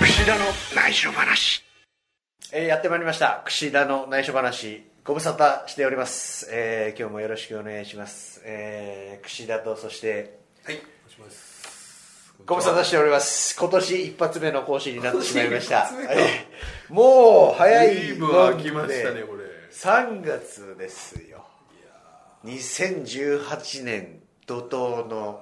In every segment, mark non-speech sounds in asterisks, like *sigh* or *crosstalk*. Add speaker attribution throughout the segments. Speaker 1: 串田の内緒話、えーやってまいりました串田の内緒話ご無沙汰しております、えー今日もよろしくお願いします、えー串田とそして
Speaker 2: はい、おします。
Speaker 1: ご無沙汰
Speaker 2: し
Speaker 1: しております今年一発目の更新になってしまいました
Speaker 2: 今年一発目か
Speaker 1: えーもう早い
Speaker 2: ずいぶん空きましたね
Speaker 1: もんで
Speaker 2: これ
Speaker 1: 3月ですよ2018年怒涛の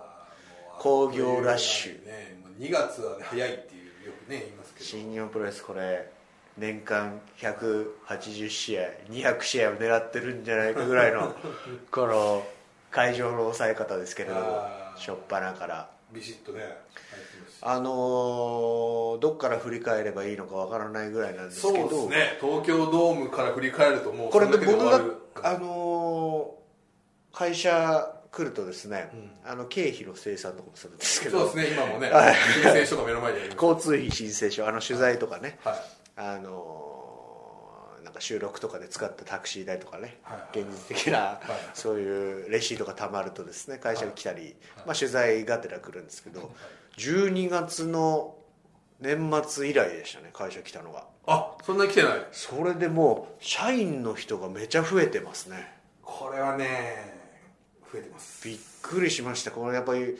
Speaker 1: 興行ラッシュ
Speaker 2: ね、もう2月は早いっていうよくね言いますけど。
Speaker 1: 新日本プロレスこれ年間180試合200試合を狙ってるんじゃないかぐらい
Speaker 2: *laughs*
Speaker 1: のこの会場の抑え方ですけれども
Speaker 2: あー
Speaker 1: 初っ端から
Speaker 2: ビシッとね入ってますし。
Speaker 1: あのーどっから振り返ればいいのかわからないぐらいなんですけ
Speaker 2: そう
Speaker 1: ど
Speaker 2: ですね。東京ドームから振り返るともう
Speaker 1: これ
Speaker 2: そ
Speaker 1: で
Speaker 2: だけで
Speaker 1: 僕
Speaker 2: 終
Speaker 1: が
Speaker 2: わる、
Speaker 1: あのー会社来るとですね、
Speaker 2: う
Speaker 1: あの経費の精算とかもするんですけ
Speaker 2: そう
Speaker 1: ど
Speaker 2: ですね今もね
Speaker 1: はい
Speaker 2: 申請書が目の前にあります。
Speaker 1: 交通費申請書あの取材とかね、
Speaker 2: はい。
Speaker 1: あのーなんか収録とかで使ったタクシー代とかね、
Speaker 2: はい
Speaker 1: 現実的な、
Speaker 2: い
Speaker 1: そういうレシートがたまるとですね会社に来たり、まあ、取材がてら来るんですけど、12月の年末以来でしたね会社来たのが
Speaker 2: あそんなに来てない。
Speaker 1: それでもう社員の人がめちゃ増えてますね
Speaker 2: これはね増えてます。
Speaker 1: びっくりしましたこれやっぱり
Speaker 2: はい。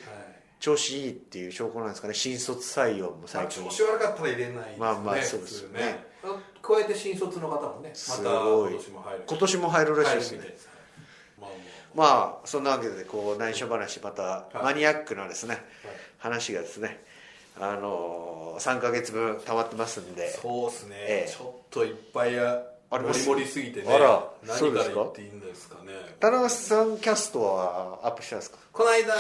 Speaker 1: 調子いいっていう証拠なんですかね新卒採用も
Speaker 2: まあ
Speaker 1: 最近
Speaker 2: 調子悪かったら入れないですね。
Speaker 1: まあまあそうですよね
Speaker 2: 普通ね。加えて新卒の方もねますた
Speaker 1: ご
Speaker 2: 今
Speaker 1: い
Speaker 2: 年も入る。
Speaker 1: 今年も入るらしい
Speaker 2: 入
Speaker 1: で
Speaker 2: る
Speaker 1: す
Speaker 2: み
Speaker 1: ね
Speaker 2: たいです。はいまあもう。
Speaker 1: まあそんなわけでこう内緒話また
Speaker 2: い
Speaker 1: マニアックなですね、話がですねあのー、3か月分溜まってますんで
Speaker 2: そうですね、
Speaker 1: ええ
Speaker 2: ちょっといっぱいあ
Speaker 1: あり
Speaker 2: 盛
Speaker 1: ま
Speaker 2: り
Speaker 1: す
Speaker 2: 盛りすぎてね
Speaker 1: あらそ
Speaker 2: 何
Speaker 1: うで
Speaker 2: か
Speaker 1: す
Speaker 2: ら
Speaker 1: か
Speaker 2: 言っていいんですかね
Speaker 1: 田中さんキャストはアップしたんですか
Speaker 2: この間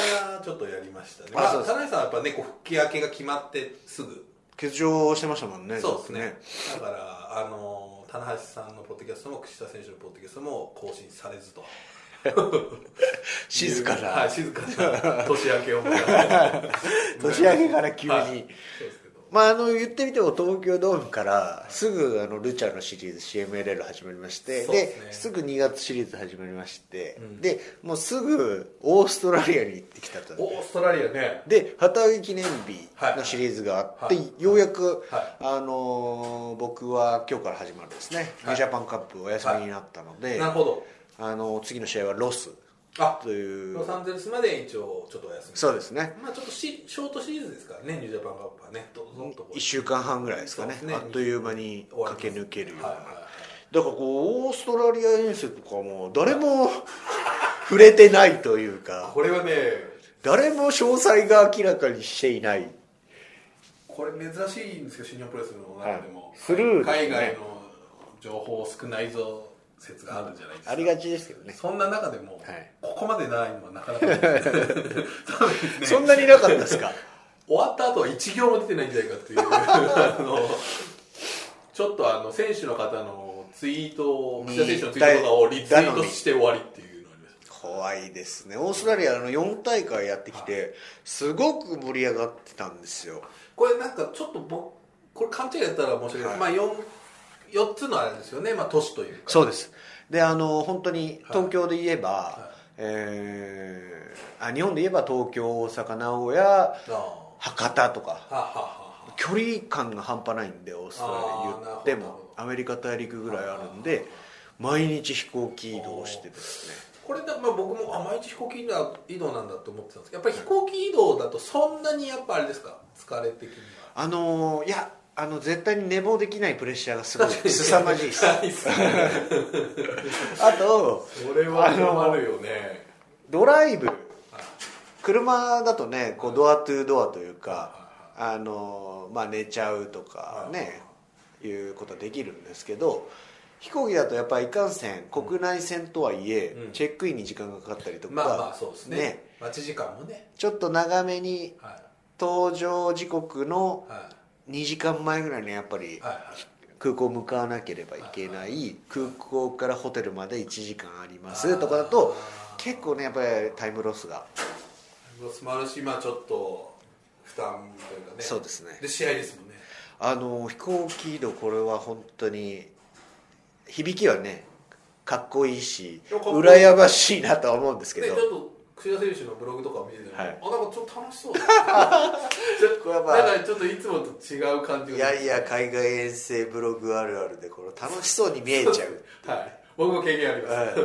Speaker 2: ちょっとやりましたね
Speaker 1: あ
Speaker 2: まあ
Speaker 1: そうです
Speaker 2: 田中さんはやっぱねこう復帰明けが決まってすぐ
Speaker 1: 欠場してましたもんね
Speaker 2: そうですねだからあの棚橋さんのポッドキャストも串田選手のポッドキャストも更新されずと
Speaker 1: 静かな、
Speaker 2: はい、静か
Speaker 1: *laughs*
Speaker 2: な年明けを迎え
Speaker 1: 年明けから急に
Speaker 2: はいそうですけど
Speaker 1: まああの言ってみても東京ドームからすぐあのルチャのシリーズ CMLL 始まりまして
Speaker 2: そうですね
Speaker 1: ですぐ2月シリーズ始まりまして、
Speaker 2: うん
Speaker 1: でもうすぐオーストラリアに行ってきたと
Speaker 2: オーストラリアね
Speaker 1: で旗揚げ記念日のシリーズがあって、
Speaker 2: はいはい
Speaker 1: ようやく、
Speaker 2: は
Speaker 1: あのー僕は今日から始まるんですね、ニュージャパンカップお休みになったので、
Speaker 2: なるほど
Speaker 1: あのー次の試合はロス
Speaker 2: あ
Speaker 1: という
Speaker 2: ロサンゼルスまで一応ちょっとお休み
Speaker 1: そうですね
Speaker 2: まあちょっとシショートシリーズですからね、ニュージャパンカップはね、どどんとこう
Speaker 1: 1週間半ぐらいですかね
Speaker 2: そうですね
Speaker 1: あっという間に
Speaker 2: 終わります
Speaker 1: 駆け抜けるような、
Speaker 2: はいはいはい
Speaker 1: だからこうオーストラリア遠征とかも誰も *laughs* 触れてないというか
Speaker 2: これはね、
Speaker 1: 誰も詳細が明らかにしていない
Speaker 2: これ珍しいんですよ、新日本プロレスの中でも、
Speaker 1: はいスルーですね
Speaker 2: 海外の情報少ないぞ説があるじゃないですか。
Speaker 1: ありがちですけどね
Speaker 2: そんな中でも、
Speaker 1: はい
Speaker 2: ここまでないのはなかなかないそうですね
Speaker 1: そんなになかったですか
Speaker 2: 終わった後は1行も出てないんじゃないか *laughs* っていうあのちょっとあの選手の方のツイートを記者選手のツイートとかをリツイートして終わりっていうのがありました
Speaker 1: 怖いですねオーストラリアの4大会やってきてすごく盛り上がってたんですよ
Speaker 2: これなんかちょっと僕これ勘違いだったら申し訳ない、
Speaker 1: はい
Speaker 2: まあ 4, 4つのあれですよね、まあ、都市というか
Speaker 1: そう
Speaker 2: で
Speaker 1: ですであの本当に東京で言えば、えーあ日本で言えば東京大阪名古屋
Speaker 2: すああ
Speaker 1: 博多とか
Speaker 2: はあはあはあ
Speaker 1: 距離感が半端ないんでオーストラリア言って
Speaker 2: あーなるほ
Speaker 1: も
Speaker 2: ど
Speaker 1: アメリカ大陸ぐらいあるんで毎日飛行機移動してですね
Speaker 2: これだ、まあ、僕もあ毎日飛行機移動移動なんだと思ってたんですけどやっぱり飛行機移動だとそんなにやっぱあれですか疲れ的には
Speaker 1: あのーいやあの絶対に寝坊できないプレッシャーがすごい凄まじいで
Speaker 2: *laughs*
Speaker 1: すあ
Speaker 2: ないっすね
Speaker 1: と
Speaker 2: それは困るよね
Speaker 1: ドライブ車だとねこうドアトゥードアというかあのまあ寝ちゃうとかねいうことできるんですけど飛行機だとやっぱりいかんせん国内線とはいえ
Speaker 2: うん
Speaker 1: チェックインに時間がかかったりとか
Speaker 2: まあまあそうですね待ち時間もね
Speaker 1: ちょっと長めに
Speaker 2: は
Speaker 1: 搭乗時刻の
Speaker 2: いは
Speaker 1: 2時間前ぐらいにやっぱり
Speaker 2: いはい
Speaker 1: 空港向かわなければいけない空港からホテルまで1時間ありますとかだと
Speaker 2: あー
Speaker 1: 結構ねやっぱりタイムロスが
Speaker 2: スマルシまあちょっと負担というかね
Speaker 1: そうですね
Speaker 2: で試合ですもんね
Speaker 1: あの飛行機移動これは本当に響きはねかっこいいし
Speaker 2: いやかっこいい
Speaker 1: 羨ましいなとは思うんですけ
Speaker 2: ね、ちょ
Speaker 1: ど
Speaker 2: っと串田選手のブログとかを見てても、
Speaker 1: はい
Speaker 2: あなんかちょっと楽しそうだ
Speaker 1: *laughs*
Speaker 2: なちょ
Speaker 1: これはまあ
Speaker 2: なんかちょっといつもと違う感じが
Speaker 1: いやいや海外遠征ブログあるあるでこの楽しそうに見
Speaker 2: *laughs*
Speaker 1: えちゃう
Speaker 2: はい僕も経験あります、
Speaker 1: う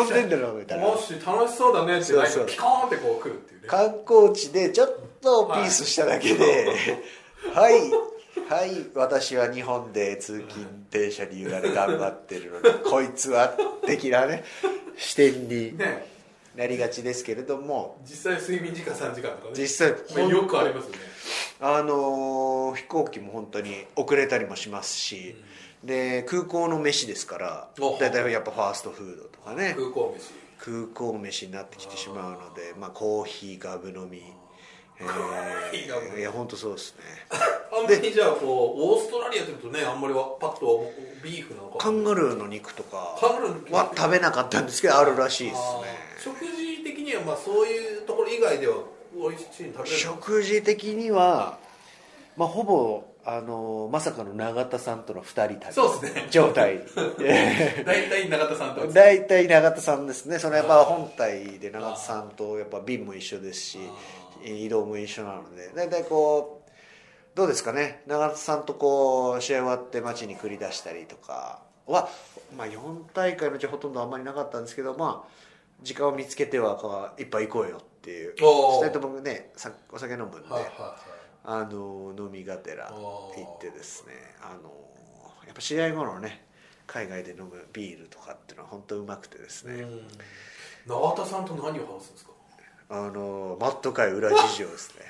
Speaker 1: ん遊んでんだろみたいな
Speaker 2: もし楽しそうだねって
Speaker 1: そう
Speaker 2: なん
Speaker 1: そう
Speaker 2: かピコーンってこう来るっていうね
Speaker 1: 観光地でちょっとピースしただけで「はいはい私は日本で通勤電車に揺られ頑張ってるのにこいつは」的なね視点に
Speaker 2: ね
Speaker 1: なりがちですけれども
Speaker 2: 実際睡眠時間3時間とかね
Speaker 1: 実際
Speaker 2: まあよくありますよね
Speaker 1: あのー飛行機も本当に遅れたりもしますし、で空港の飯ですから
Speaker 2: お
Speaker 1: 大体やっぱファーストフードとかね
Speaker 2: 空港飯
Speaker 1: 空港飯になってきてしまうのでまあ、コーヒーガブ飲みえ
Speaker 2: ーヒーガブ飲
Speaker 1: ー、
Speaker 2: み
Speaker 1: いや本当そうですね
Speaker 2: あんまりじゃあこうオーストラリアって言うとねあんまりはパッとはビーフなのか
Speaker 1: カンガルーの肉とか
Speaker 2: カンガルーの肉
Speaker 1: は食べなかったんですけどあるらしいです
Speaker 2: あー食事的にはまあそういうところ以外では美味しいの
Speaker 1: ね
Speaker 2: 食
Speaker 1: 食事的には、まあ、ほぼあのまさかの永田さんとの2人旅
Speaker 2: そうですね
Speaker 1: 状
Speaker 2: *laughs*
Speaker 1: 態
Speaker 2: べる大体永田さんとは
Speaker 1: 大体永田さんですねそのやっぱ本体で永田さんとやっぱ便も一緒ですし移動も一緒なので大体こうどうですかね永田さんとこう試合終わって街に繰り出したりとかは、まあ、4大会のうちほとんどあんまりなかったんですけどまあ時間を見つけてはこう一杯行こうよっていう
Speaker 2: おー
Speaker 1: 2人ともねさお酒飲むんで、
Speaker 2: はいはいはい
Speaker 1: あの飲みがてら行
Speaker 2: おー
Speaker 1: ってですねあのやっぱ試合後のね海外で飲むビールとかっていうのは本当うまくてですね、
Speaker 2: うん永田さんと何を話すんですか
Speaker 1: あのマット界裏事情です
Speaker 2: *laughs*
Speaker 1: ね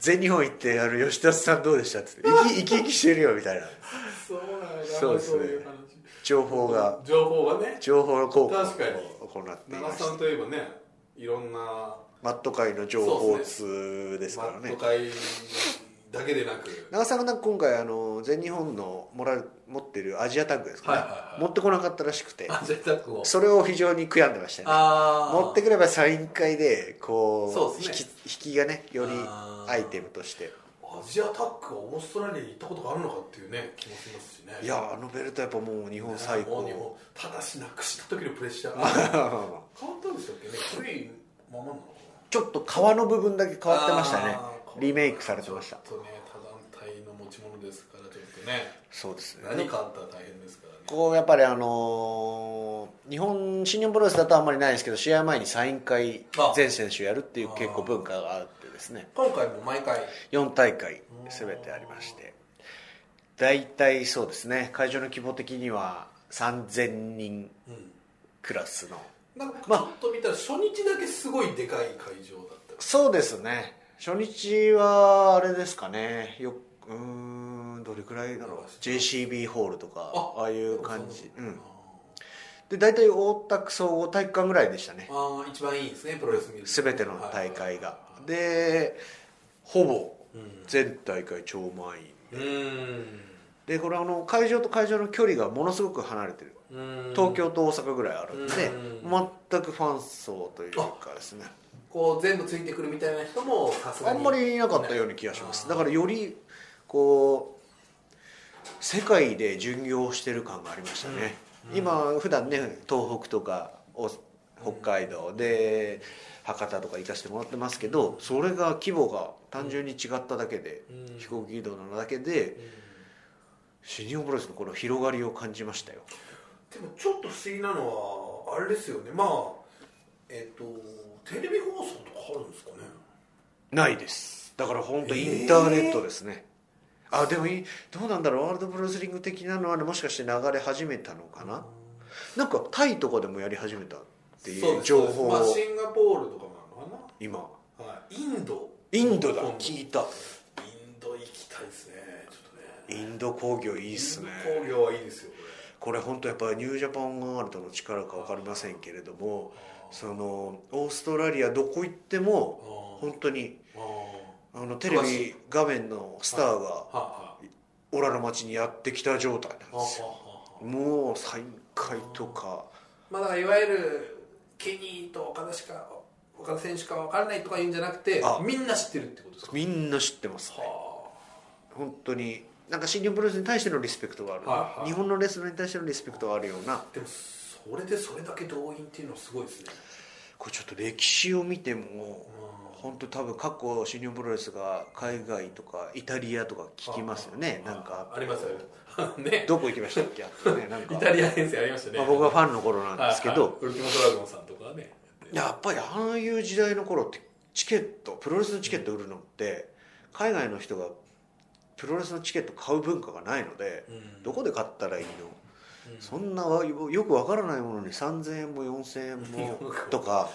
Speaker 1: 全日本行ってあの吉田さんどうでしたって言って生き生き生きしてるよみたいな
Speaker 2: そうなんだ
Speaker 1: そうですね
Speaker 2: い話
Speaker 1: 情報が
Speaker 2: 情報がね
Speaker 1: 情報の交換
Speaker 2: 確かに
Speaker 1: を行ってい
Speaker 2: 長
Speaker 1: ま
Speaker 2: 瀬
Speaker 1: し
Speaker 2: さん
Speaker 1: た
Speaker 2: といえばねいろんな
Speaker 1: マット界の情報通です
Speaker 2: マ
Speaker 1: から
Speaker 2: ッ
Speaker 1: ね
Speaker 2: ト会だけでなく
Speaker 1: 長澤が今回あの全日本のもら持ってるアジアタッグですかね、
Speaker 2: はいはいはい
Speaker 1: 持ってこなかったらしくて
Speaker 2: アジアタックを
Speaker 1: それを非常に悔やんでましたね
Speaker 2: あー
Speaker 1: 持ってくればサイン会でこ
Speaker 2: そう
Speaker 1: う
Speaker 2: ですね
Speaker 1: 引き引きがねより
Speaker 2: あー
Speaker 1: アイテムとして
Speaker 2: アジアタックはオーストラリアに行ったことがあるのかっていうね気もしますしね
Speaker 1: いやあのベルトやっぱもう日
Speaker 2: も
Speaker 1: 本
Speaker 2: う
Speaker 1: 最
Speaker 2: 日本
Speaker 1: 高
Speaker 2: ただしなくした時のプレッシャー
Speaker 1: まあ
Speaker 2: 変わ
Speaker 1: まあまあ
Speaker 2: ったんでしたっけね古いままなのかな
Speaker 1: *laughs* ちょっと皮の部分だけ変わってましたね
Speaker 2: あー
Speaker 1: リメイクされてました
Speaker 2: ちょっとね他団体の持ち物ですからちょっとね
Speaker 1: そうですね
Speaker 2: 何かあったら大変ですからね
Speaker 1: こうやっぱりあのー日本新日本プロレスだとあんまりないですけど試合前にサイン会
Speaker 2: あ
Speaker 1: 全選手やるっていう結構文化があってですね
Speaker 2: 今回も毎回
Speaker 1: 4大会全てありまして大体そうですね会場の規模的には3000人
Speaker 2: うん
Speaker 1: クラスの
Speaker 2: なんかち
Speaker 1: ま
Speaker 2: ょ
Speaker 1: あ
Speaker 2: っと見たら初日だけすごいでかい会場だった
Speaker 1: そうですね初日はあれですかねようーんどれくらいだろう JCB ホールとか
Speaker 2: あ
Speaker 1: ああいう感じ
Speaker 2: そううなん
Speaker 1: ん
Speaker 2: だ
Speaker 1: で大体大田区総合体育館ぐらいでしたね
Speaker 2: あーあー一番いいですねプロレス見る
Speaker 1: 全ての大会が
Speaker 2: は
Speaker 1: でほぼ
Speaker 2: いうん
Speaker 1: 全大会超満員
Speaker 2: うん
Speaker 1: でこれあの会場と会場の距離がものすごく離れてる
Speaker 2: うん
Speaker 1: 東京と大阪ぐらいあるんで
Speaker 2: うん
Speaker 1: 全くファン層というかですね
Speaker 2: こう全部ついてくるみたいな人もさすが
Speaker 1: あ
Speaker 2: に
Speaker 1: んまりいなかったような気がします、だからよりこう世界で巡業してる感がありましたね、今普段ね東北とかお北海道で博多とか行かせてもらってますけどそれが規模が単純に違っただけで、
Speaker 2: うん
Speaker 1: 飛行機移動なのだけで新日本プロレスのこの広がりを感じましたよ
Speaker 2: でもちょっと不思議なのはあれですよねまあえっ、とテレビ放送とかあるんですかね
Speaker 1: ないですだから本当インターネットですね、あでもいどうなんだろうワールドプロレスリング的なのは、ね、もしかして流れ始めたのかななんかタイとかでもやり始めたって
Speaker 2: そ
Speaker 1: いうう
Speaker 2: です
Speaker 1: 情報
Speaker 2: まあ、
Speaker 1: を
Speaker 2: シンガポールとかもあるのか
Speaker 1: 今
Speaker 2: な、はい、インド
Speaker 1: インドだ
Speaker 2: 今度
Speaker 1: 聞いた
Speaker 2: インド行きたいですねちょっとね
Speaker 1: インド工業いいっすね
Speaker 2: インド工業はいいですよこ
Speaker 1: これ本当やっぱニュージャパンガールドの力か分かりませんけれどもそのオーストラリアどこ行っても
Speaker 2: れ
Speaker 1: 本当に
Speaker 2: あー
Speaker 1: あのテレ
Speaker 2: 詳し
Speaker 1: ビ画面のスターが
Speaker 2: あーは
Speaker 1: オラの町にやってきた状態なん
Speaker 2: あ
Speaker 1: で
Speaker 2: は
Speaker 1: すよ
Speaker 2: あはあ
Speaker 1: もう再開とか
Speaker 2: まあだからいわゆるケニーと岡田しか岡田選手か分からないとか言うんじゃなくて
Speaker 1: あ
Speaker 2: みんな知ってるってことですか
Speaker 1: みんな知ってますね
Speaker 2: は
Speaker 1: 本当になんか新日本プロレスに対してのリスペクトがある、
Speaker 2: はいはい
Speaker 1: 日本のレスラーに対してのリスペクトがあるような
Speaker 2: あでもそれでそれだけ動員っていうのはすごいですね
Speaker 1: だこれちょっと歴史を見ても本当多分過去新日本プロレスが海外とかイタリアとか聞きますよねなんか
Speaker 2: ありますよ *laughs* ね
Speaker 1: どこ行きましたっけあとねなん
Speaker 2: イ
Speaker 1: か、
Speaker 2: タリア編成ありましたね、
Speaker 1: まあ、僕がファンの頃なんですけど、
Speaker 2: はいはいウルティモトラゴンさんとかね
Speaker 1: やっぱりああいう時代の頃ってチケットプロレスのチケット売るのって海外の人がプロレスのチケット買う文化がないので
Speaker 2: うん
Speaker 1: どこで買ったらいいの
Speaker 2: うん
Speaker 1: そんなわよくわからないものに3000円も4000円も
Speaker 2: うん
Speaker 1: とか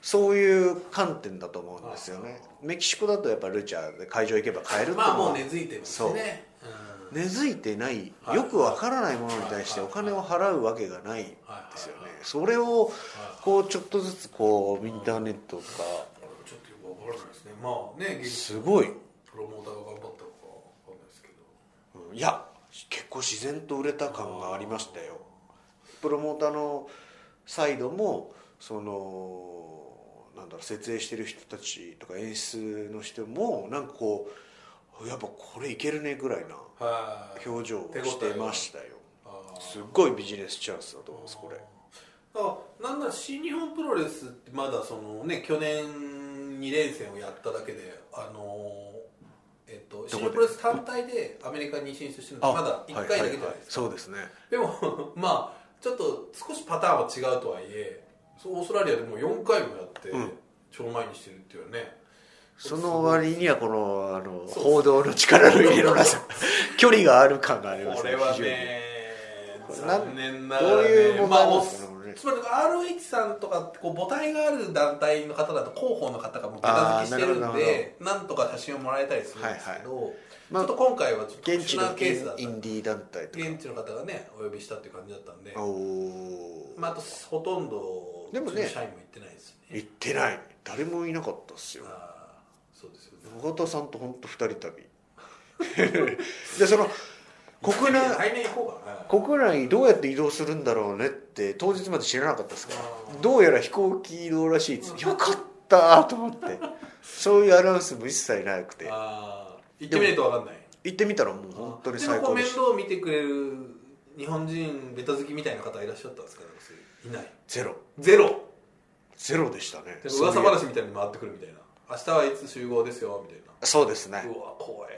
Speaker 1: そういう観点だと思うんですよねメキシコだとやっぱルチャーで会場行けば買えるっていう
Speaker 2: まあ
Speaker 1: の
Speaker 2: もう
Speaker 1: は
Speaker 2: 根付いてますねうん
Speaker 1: 根付いてない
Speaker 2: はい
Speaker 1: よくわからないものに対してお金を払うわけがないんで
Speaker 2: はい
Speaker 1: すよね
Speaker 2: はいはい
Speaker 1: それを
Speaker 2: はい
Speaker 1: こうちょっとずつこうインターネットとか
Speaker 2: ちょっとよくわからないですねまあね現
Speaker 1: すごい
Speaker 2: プロモーターが頑張ったのかわかんないですけど
Speaker 1: うんいや結構自然と売れた感がありましたよプロモーターのサイドもそのなんだろう設営してる人たちとか演出の人もなんかこうやっぱこれいけるねぐらいな
Speaker 2: はい
Speaker 1: 表情を
Speaker 2: 手応えが
Speaker 1: してましたよ
Speaker 2: あー
Speaker 1: すっごいビジネスチャンスだと思いますこれ
Speaker 2: あなんだ新日本プロレスってまだそのね去年2連戦をやっただけであのーえっと
Speaker 1: ど
Speaker 2: 新日
Speaker 1: こで
Speaker 2: 本プロレス単体でアメリカに進出してるのってまだ1回だけじゃないですか、
Speaker 1: そうですね
Speaker 2: でも *laughs* まあちょっと少しパターンは違うとはいえそうオーストラリアでもう4回もやって、
Speaker 1: うん
Speaker 2: 超前にしてるっていうのはね
Speaker 1: その割にはこのあの
Speaker 2: そう
Speaker 1: 報道の力の入れのな *laughs* さ距離がある感があります
Speaker 2: これは
Speaker 1: 非常に
Speaker 2: ね
Speaker 1: これなん
Speaker 2: 残念ながら、
Speaker 1: どう
Speaker 2: ね、
Speaker 1: いう問
Speaker 2: まあ
Speaker 1: 題なん
Speaker 2: お
Speaker 1: ですかねこれね
Speaker 2: つまり ROH さんとかってこう母体がある団体の方だと広報の方がもう片付けし
Speaker 1: あ
Speaker 2: てる
Speaker 1: ー
Speaker 2: ん
Speaker 1: なるほどなる
Speaker 2: でなんとか写真をもらえたりするんですけど、
Speaker 1: まあ
Speaker 2: ちょっと今回はちょっと
Speaker 1: 現地の
Speaker 2: ケースだった
Speaker 1: インディー団体とか
Speaker 2: 現地の方がねお呼びしたっていう感じだったんで、
Speaker 1: おおー
Speaker 2: まあ、あとほとんど
Speaker 1: でもね
Speaker 2: うちの社員も行ってないですね
Speaker 1: 行ってない誰もいなかったっすよ
Speaker 2: あーそうですよね
Speaker 1: 永田さんと本当二人旅 *laughs* でその国内
Speaker 2: 来年行こうかな
Speaker 1: 国内どうやって移動するんだろうねって当日まで知らなかったですから
Speaker 2: あー
Speaker 1: どうやら飛行機移動らしいっつってよかったと思ってそういうアナウンスも一切なくて
Speaker 2: あー行ってみないと分かんない
Speaker 1: 行ってみたらもう本当に最
Speaker 2: でも
Speaker 1: 高
Speaker 2: こう
Speaker 1: で
Speaker 2: 面
Speaker 1: し
Speaker 2: 倒
Speaker 1: た
Speaker 2: を見てくれる日本人ベタ好きみたいな方いらっしゃったんですかなんかそういういない
Speaker 1: ゼロ
Speaker 2: ゼロ
Speaker 1: ゼロでしたね
Speaker 2: で噂話みたいに回ってくるみたいな明日はいつ集合ですよみたい
Speaker 1: そうですね
Speaker 2: なうわ怖え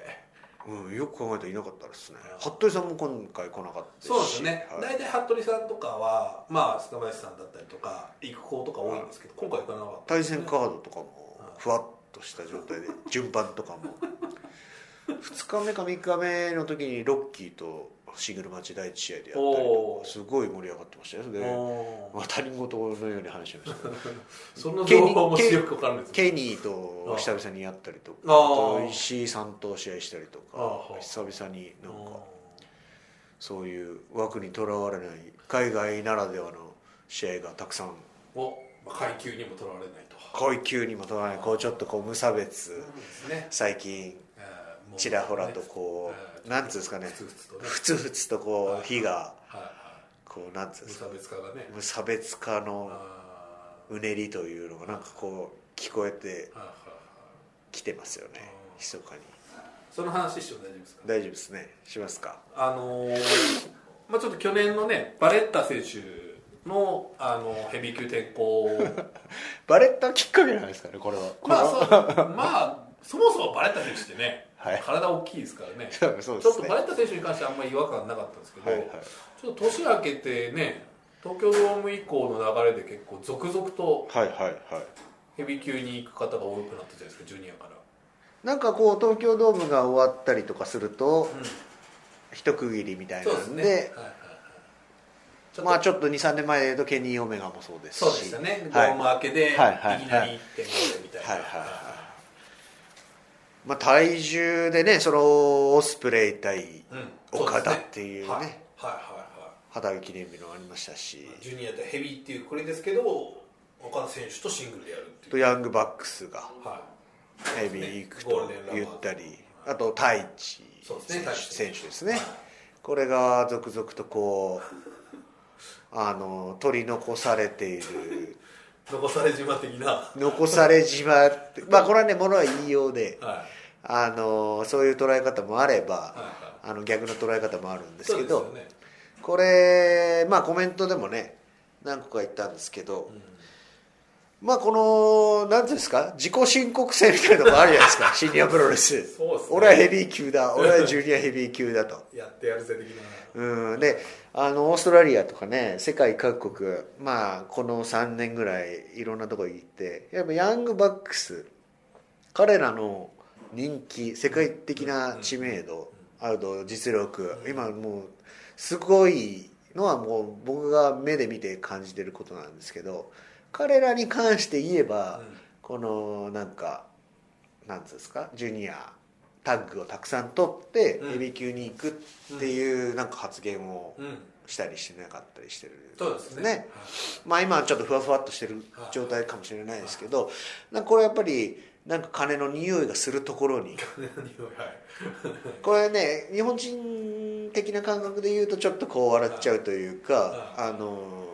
Speaker 1: うん、よく考えたらいなかったですね
Speaker 2: あー
Speaker 1: 服部さんも今回来なかったし
Speaker 2: そうなんですよね、
Speaker 1: はい
Speaker 2: 大体服部さんとかはまあ菅林さんだったりとか行く子とか多いんですけど今回行かなかった
Speaker 1: 対戦カードとかもふわっとした状態で順番とか
Speaker 2: *laughs*
Speaker 1: も2日目か3日目の時にロッキーとシングルマッチ第一試合でやったりと
Speaker 2: おー
Speaker 1: かすごい盛り上がってましたよで、
Speaker 2: おー
Speaker 1: まあ、他人事のように話しま
Speaker 2: *laughs*
Speaker 1: したけど
Speaker 2: その情報も
Speaker 1: ケニー
Speaker 2: よく分かるんないです
Speaker 1: ケ
Speaker 2: よ
Speaker 1: ニーと久々にやったりとかあ
Speaker 2: あー
Speaker 1: と石井さんと試合したりと
Speaker 2: あ
Speaker 1: か
Speaker 2: ー
Speaker 1: 久々になんか
Speaker 2: う
Speaker 1: そういう枠にとらわれない海外ならではの試合がたくさん
Speaker 2: んお、まあ、階級にもとらわれないと
Speaker 1: 階級にもとらわれないこうちょっとこう無差別
Speaker 2: そうですね
Speaker 1: 最近
Speaker 2: えーもう
Speaker 1: ちらほらとこう、
Speaker 2: ね
Speaker 1: なんつうんですかね
Speaker 2: ふつふつとね
Speaker 1: ふつふつとこ
Speaker 2: は
Speaker 1: う
Speaker 2: い
Speaker 1: 火が
Speaker 2: はいは
Speaker 1: こうなんつうん
Speaker 2: い無
Speaker 1: ですか
Speaker 2: 差別化がね
Speaker 1: 無差別化の
Speaker 2: あー
Speaker 1: うねりというのがなんかこう聞こえて
Speaker 2: はいはいはい
Speaker 1: きてますよね
Speaker 2: うん
Speaker 1: 密かに
Speaker 2: その話しても大丈夫ですか
Speaker 1: 大丈夫ですねしますか
Speaker 2: あのーまあちょっと去年のねバレッタ選手のあのヘビー級転向
Speaker 1: バレッタきっかけなんですかねこれはこの
Speaker 2: まあそまあそもそもバレッタ選手ってね、
Speaker 1: はい *laughs*
Speaker 2: 体大きいですからね
Speaker 1: そうですね
Speaker 2: ちょっとバレッタ選手に関してはあんまり違和感なかったんですけど、
Speaker 1: はいはい
Speaker 2: ちょっと年明けてね東京ドーム以降の流れで結構続々と
Speaker 1: はいはいはい
Speaker 2: ヘビー級に行く方が多くなったじゃないですかジュニアから、
Speaker 1: なんかこう東京ドームが終わったりとかすると
Speaker 2: うん、
Speaker 1: 一区切りみたい
Speaker 2: そう
Speaker 1: な
Speaker 2: です
Speaker 1: ん
Speaker 2: ね
Speaker 1: で
Speaker 2: はいはいはいちょっと
Speaker 1: まあちょっと23年前で言うとケニー・オメガもそうですし
Speaker 2: そうでしたね、
Speaker 1: はい
Speaker 2: ゴーム明けで、い
Speaker 1: はいはい
Speaker 2: きなり1.5でみたいな、
Speaker 1: はいはいはまあ、体重でねそのオスプレイ対
Speaker 2: うん
Speaker 1: 岡田っていうね
Speaker 2: そうですはいはいはいは
Speaker 1: 畑記念日のありましたし
Speaker 2: いジュニアとヘビーっていうこれですけど岡田選手とシングルでやるって
Speaker 1: と
Speaker 2: いう
Speaker 1: ヤングバックスが
Speaker 2: は
Speaker 1: ヘビー行くと言ったりあと太一
Speaker 2: そうです
Speaker 1: 選
Speaker 2: ね
Speaker 1: 手
Speaker 2: 太一
Speaker 1: 選
Speaker 2: 選手
Speaker 1: 手ですね、
Speaker 2: はい
Speaker 1: これが続々とこうあの取り残されている
Speaker 2: い残され島的な、は
Speaker 1: 残され島ってまあこれはねものは言いようで
Speaker 2: い、は
Speaker 1: あのそういう捉え方もあれ
Speaker 2: いは
Speaker 1: ば
Speaker 2: い
Speaker 1: あの逆の捉え方もあるんですけど
Speaker 2: そうですよね、
Speaker 1: これまあコメントでもね何個か言ったんですけど、
Speaker 2: うん
Speaker 1: まあこの何ていうんですか自己申告制みたいなのもあるじゃないで
Speaker 2: *laughs*
Speaker 1: すかシニアプロレス
Speaker 2: そうっすね
Speaker 1: 俺はヘビー級だ俺はジュニアヘビー級だと
Speaker 2: やってやるぜ的な
Speaker 1: うんであのオーストラリアとかね世界各国まあこの3年ぐらいいろんなとこ行ってやっぱヤングバックス彼らの人気世界的な知名度あと実力今もうすごいのはもう僕が目で見て感じてることなんですけど彼らに関して言えば、
Speaker 2: うん
Speaker 1: このなんかなんつうんですかジュニアタッグをたくさん取って
Speaker 2: うん
Speaker 1: ヘビー級に行くっていうなんか発言を
Speaker 2: うん
Speaker 1: したりしてなかったりしてる
Speaker 2: そうですね
Speaker 1: ねまあ今はちょっとふわふわっとしてる状態かもしれないですけどなんかこれやっぱりなんか金の匂いがするところに
Speaker 2: はい *laughs* 何をはい
Speaker 1: これね日本人的な感覚で言うとちょっとこう笑っちゃうというかあの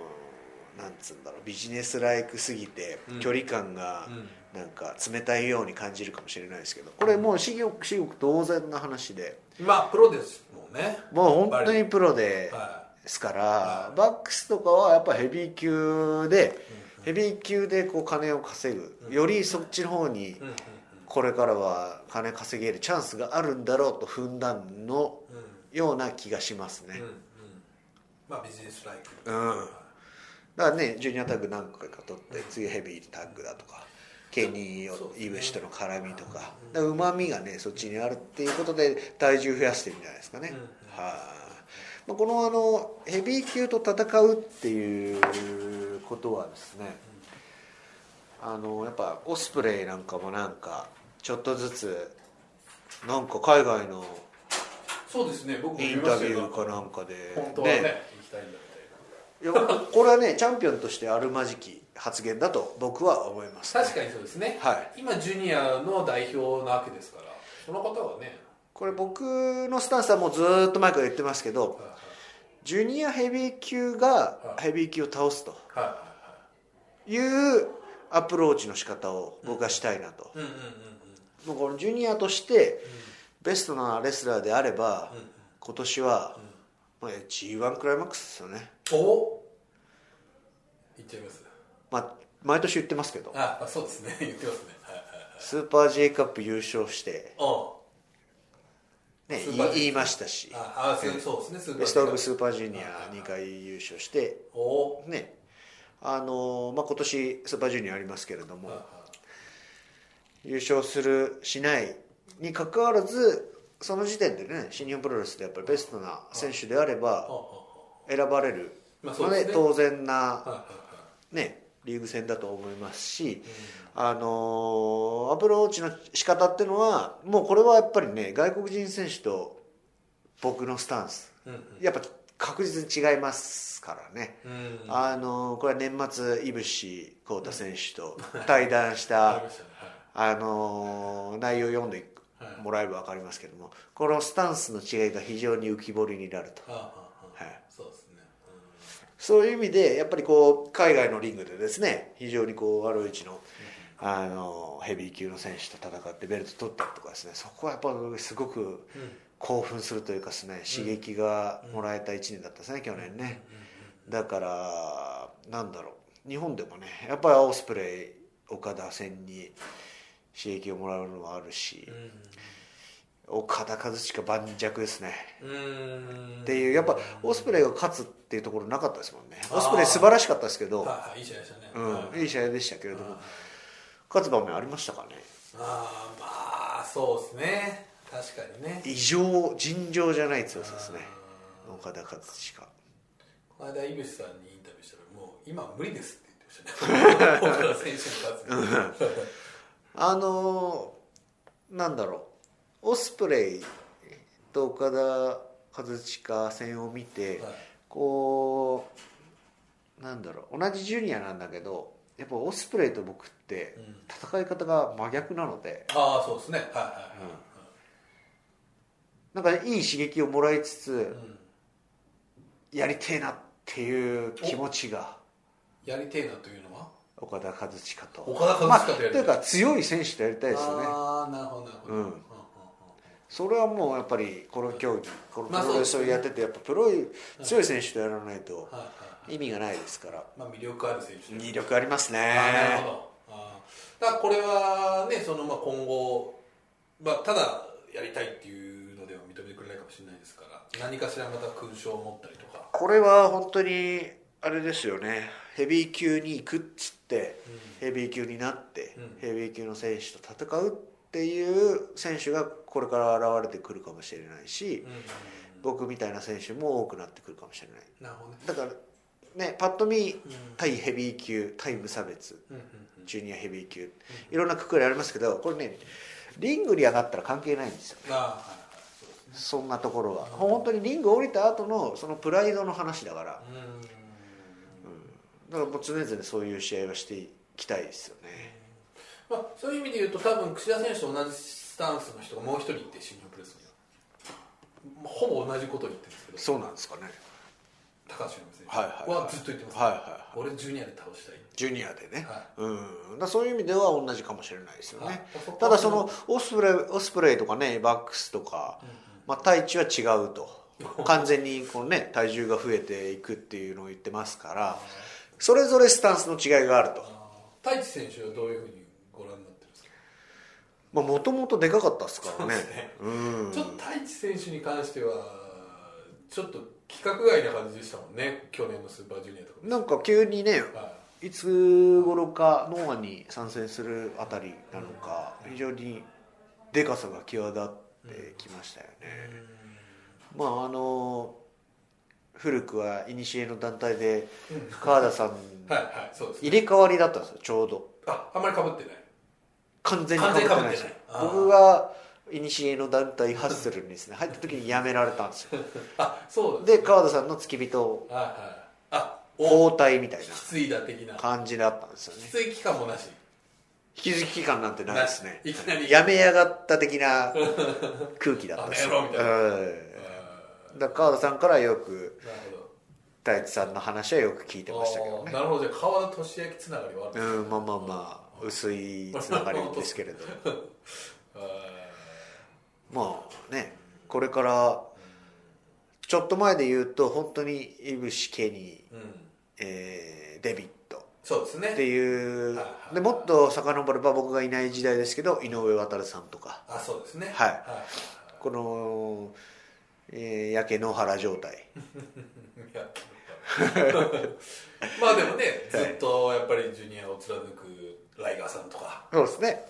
Speaker 1: なんつうんだろうビジネスライクすぎて
Speaker 2: うん
Speaker 1: 距離感が
Speaker 2: うん
Speaker 1: なんか冷たいように感じるかもしれないですけどこれもう至極至極当然な話で
Speaker 2: まあプロですもんね
Speaker 1: もう本当にプロで
Speaker 2: は
Speaker 1: ですか
Speaker 2: は
Speaker 1: らバックスとかはやっぱヘビー級でヘビー級でこう金を稼ぐ
Speaker 2: うん
Speaker 1: よりそっちの方に
Speaker 2: いうんうん
Speaker 1: これからは金稼げるチャンスがあるんだろうと踏んだの
Speaker 2: うんうん
Speaker 1: ような気がします
Speaker 2: う
Speaker 1: ね
Speaker 2: んうんまあビジネスライク
Speaker 1: うんだからねジュニアタッグ何回か取って次ヘビータッグだとかケニ
Speaker 2: そ
Speaker 1: ー・
Speaker 2: うですね
Speaker 1: イブシとの絡みとか
Speaker 2: うん
Speaker 1: うまみがねそっちにあるっていうことで体重増やしてるんじゃないですかね、
Speaker 2: うんうん
Speaker 1: はい、まあこのあのヘビー級と戦うっていうことはですねあのやっぱオスプレイなんかもなんかちょっとずつなんか海外の
Speaker 2: そうですね僕も
Speaker 1: イ
Speaker 2: 見
Speaker 1: ン
Speaker 2: ま
Speaker 1: タ
Speaker 2: した
Speaker 1: ビ
Speaker 2: よ
Speaker 1: ューかなんかで
Speaker 2: 本当はね行きたいんだ
Speaker 1: いやこれはねチャンピオンとしてあるまじき発言だと僕は思います、
Speaker 2: 確かにそうですね
Speaker 1: はい
Speaker 2: 今ジュニアの代表なわけですからその方はね
Speaker 1: これ僕のスタンスはもうずーっと前から言ってますけど
Speaker 2: はいはい
Speaker 1: ジュニアヘビー級がヘビー級を倒すと
Speaker 2: はいはい
Speaker 1: いうアプローチの仕方を僕はしたいなと、
Speaker 2: うんうんうん
Speaker 1: もうこのジュニアとしてベストなレスラーであれば、今年は、まあ G1 クライマックスですよね、
Speaker 2: うんおいっちゃいます
Speaker 1: まあ、毎年言ってますけど
Speaker 2: ああそうですね言ってますねはいはいはい
Speaker 1: スーパー J カップ優勝して、
Speaker 2: お
Speaker 1: ね
Speaker 2: スーパー、J
Speaker 1: 言いましたし
Speaker 2: ああそうそうですね
Speaker 1: ベスト・オブ・
Speaker 2: ス
Speaker 1: スーパージュニア2回優勝して
Speaker 2: ーパーお
Speaker 1: ねあのまあ、今年スーパージュニアありますけれども、
Speaker 2: はいはい
Speaker 1: 優勝するしないにかかわらずその時点でね新日本プロレスでやっぱりベストな選手であれ
Speaker 2: ああ
Speaker 1: ば
Speaker 2: あ
Speaker 1: 選ばれる
Speaker 2: まあそ
Speaker 1: の
Speaker 2: うで
Speaker 1: です
Speaker 2: ね
Speaker 1: 当然
Speaker 2: あ
Speaker 1: な、
Speaker 2: はいはいはい
Speaker 1: ね、リーグ戦だと思いますし、あのアプローチの仕方ってのはもうこれはやっぱりね外国人選手と僕のスタンス
Speaker 2: うんうん
Speaker 1: やっぱ確実に違いますからね。
Speaker 2: うんうん
Speaker 1: あのこれは年末、井伏浩太選手
Speaker 2: *laughs*
Speaker 1: と対談した、
Speaker 2: ありましたねはい
Speaker 1: あの内容を読んで
Speaker 2: はい
Speaker 1: もらえば分かりますけども、このスタンスの違いが非常に浮き彫りになると、
Speaker 2: ああああ
Speaker 1: はい
Speaker 2: そうですね
Speaker 1: そういう意味で、やっぱりこう海外のリングでですね、非常にこう、悪い位置の、あのヘビー級の選手と戦って、ベルト取ったりとかですね、そこはやっぱりすごく
Speaker 2: うんうん
Speaker 1: 興奮するというかですね、刺激がもらえた1年だったですね、去年ね。だからなんだろう日本でもねやっぱりオスプレイ岡田戦に刺激をもらうのはあるし、岡田和親盤石ですね、
Speaker 2: うんうんうん
Speaker 1: っていうやっぱオスプレイが勝つっていうところなかったですもんね
Speaker 2: あー
Speaker 1: オスプレイ素晴らしかったですけど、
Speaker 2: はいはいいい試合でしたね
Speaker 1: うん、いい試合でしたけれども
Speaker 2: あ
Speaker 1: 勝つ場面ありましたかね
Speaker 2: ああまあそうですね確かにね
Speaker 1: 異常尋常じゃない強さですね岡田和親
Speaker 2: この間井口さんにインタビューしたらもう今無理ですって言って
Speaker 1: *laughs*
Speaker 2: ましたね僕ら選手の数に
Speaker 1: あのーなんだろうオスプレイと岡田和親戦を見て、
Speaker 2: はい
Speaker 1: こうなんだろう同じジュニアなんだけどやっぱオスプレイと僕って
Speaker 2: うん
Speaker 1: 戦い方が真逆なので、
Speaker 2: ああそうですねはいはい
Speaker 1: なんかいい刺激をもらいつ
Speaker 2: はい
Speaker 1: つ
Speaker 2: うん
Speaker 1: やりてえなっていう気持ちが
Speaker 2: やりてえなというのは
Speaker 1: 岡田和親と
Speaker 2: 岡田
Speaker 1: ま
Speaker 2: 和
Speaker 1: あ、
Speaker 2: 親とやりたい
Speaker 1: というか強い選手とやりたいですよね
Speaker 2: ああなるほどなるほど
Speaker 1: うん
Speaker 2: うんうん
Speaker 1: それはもうやっぱりこの競技このプ
Speaker 2: まあ
Speaker 1: ロレスをやっててやっぱプロい強い選手とやらないと
Speaker 2: はいはいはい
Speaker 1: 意味がないですから
Speaker 2: まあ、魅力ある選手
Speaker 1: 魅力あります
Speaker 2: あーなる
Speaker 1: ね
Speaker 2: ほどあーだからこれはねそのまあ今後、まあ、ただやりたいっていうのでは認めてくれないかもしれないですから何かしらまた勲章を持ったりとか、
Speaker 1: これは本当にあれですよねヘビー級に行くっつってヘビー級になって、
Speaker 2: うん
Speaker 1: ヘビー級の選手と戦うっていう選手がこれから現れてくるかもしれないし、
Speaker 2: うん
Speaker 1: 僕みたいな選手も多くなってくるかもしれない
Speaker 2: なるほどね、
Speaker 1: だからねパッと見
Speaker 2: うん
Speaker 1: 対ヘビー級対無差別
Speaker 2: うんうんうん
Speaker 1: ジュニアヘビー級いろんなくくりありますけどこれねリングに上がったら関係ないんですよ
Speaker 2: あーはいはいそうですね
Speaker 1: そんなところは
Speaker 2: うん
Speaker 1: 本当にリング降りた後のそのプライドの話だから
Speaker 2: うん
Speaker 1: だからもう常々そういう試合はしていきたいですよね
Speaker 2: まあ、そういう意味で言うと多分櫛田選手と同じスタンスの人がもう一人いて新日本プロレスにはまあほぼ同じことを言ってるんですけど
Speaker 1: そうなんですかね
Speaker 2: 高橋由伸選
Speaker 1: はいはい
Speaker 2: 手はずっと言ってます、
Speaker 1: はいはい
Speaker 2: 俺ジュニアで倒したい
Speaker 1: ジュニアでね、
Speaker 2: は
Speaker 1: うんだからそういう意味では同じかもしれないですよね、
Speaker 2: はい
Speaker 1: ただそのオスプレイオスプレイとかねエバックスとか、まあ、体値は違う
Speaker 2: *laughs*
Speaker 1: と完全にこの、ね、体重が増えていくっていうのを言ってますからそれぞれスタンスの違いがあると
Speaker 2: あー太一選手はどういうふうにご覧になってるんですか、
Speaker 1: もともとでかかったですからね
Speaker 2: そうですね
Speaker 1: うん
Speaker 2: ちょっと太一選手に関してはちょっと規格外な感じでしたもんね去年のスーパージュニアとか
Speaker 1: なんか急にね
Speaker 2: はい
Speaker 1: いつ頃かノアに参戦するあたりなのか非常にでかさが際立ってきましたよね、まああの古くは古の団体で川田さん
Speaker 2: はいはいそうですね
Speaker 1: 入れ替わりだったんですよちょうど
Speaker 2: ああんまりかぶってない
Speaker 1: 完全に被ってないですよ
Speaker 2: 完全に被ってない
Speaker 1: 僕が古の団体ハッスルにですね入った時に辞められたんですよ
Speaker 2: あそうだ
Speaker 1: で川田さんの付き人
Speaker 2: はいはいあお
Speaker 1: 交代みたい
Speaker 2: きついだ的な
Speaker 1: な感じだったんですよ
Speaker 2: き
Speaker 1: ね
Speaker 2: つい期間もなし
Speaker 1: 引き続き感なんてないですね
Speaker 2: ないいきなり
Speaker 1: やめやがった的な
Speaker 2: *laughs*
Speaker 1: 空気だったです
Speaker 2: あの野郎みたいな
Speaker 1: うんだから川田さんからよく
Speaker 2: なるほど
Speaker 1: 太一さんの話はよく聞いてましたけど
Speaker 2: あー
Speaker 1: ね
Speaker 2: なるほどじゃあ川田俊明つながりはある
Speaker 1: うんまあまあまあ薄いつながりですけれ
Speaker 2: *laughs*
Speaker 1: どまあねこれからちょっと前で言うと本当にイブシ・ケニー、
Speaker 2: うん、うん、
Speaker 1: えーデビット
Speaker 2: そうですね
Speaker 1: っていう
Speaker 2: はいはい
Speaker 1: でもっと遡れば僕がいない時代ですけど井上渉さんとか
Speaker 2: あそうですね
Speaker 1: はい
Speaker 2: は
Speaker 1: この、えーやけ野原状
Speaker 2: *laughs*
Speaker 1: 態
Speaker 2: いやまあでもねずっとやっぱりジュニアを貫くライガーさんとか
Speaker 1: そうですね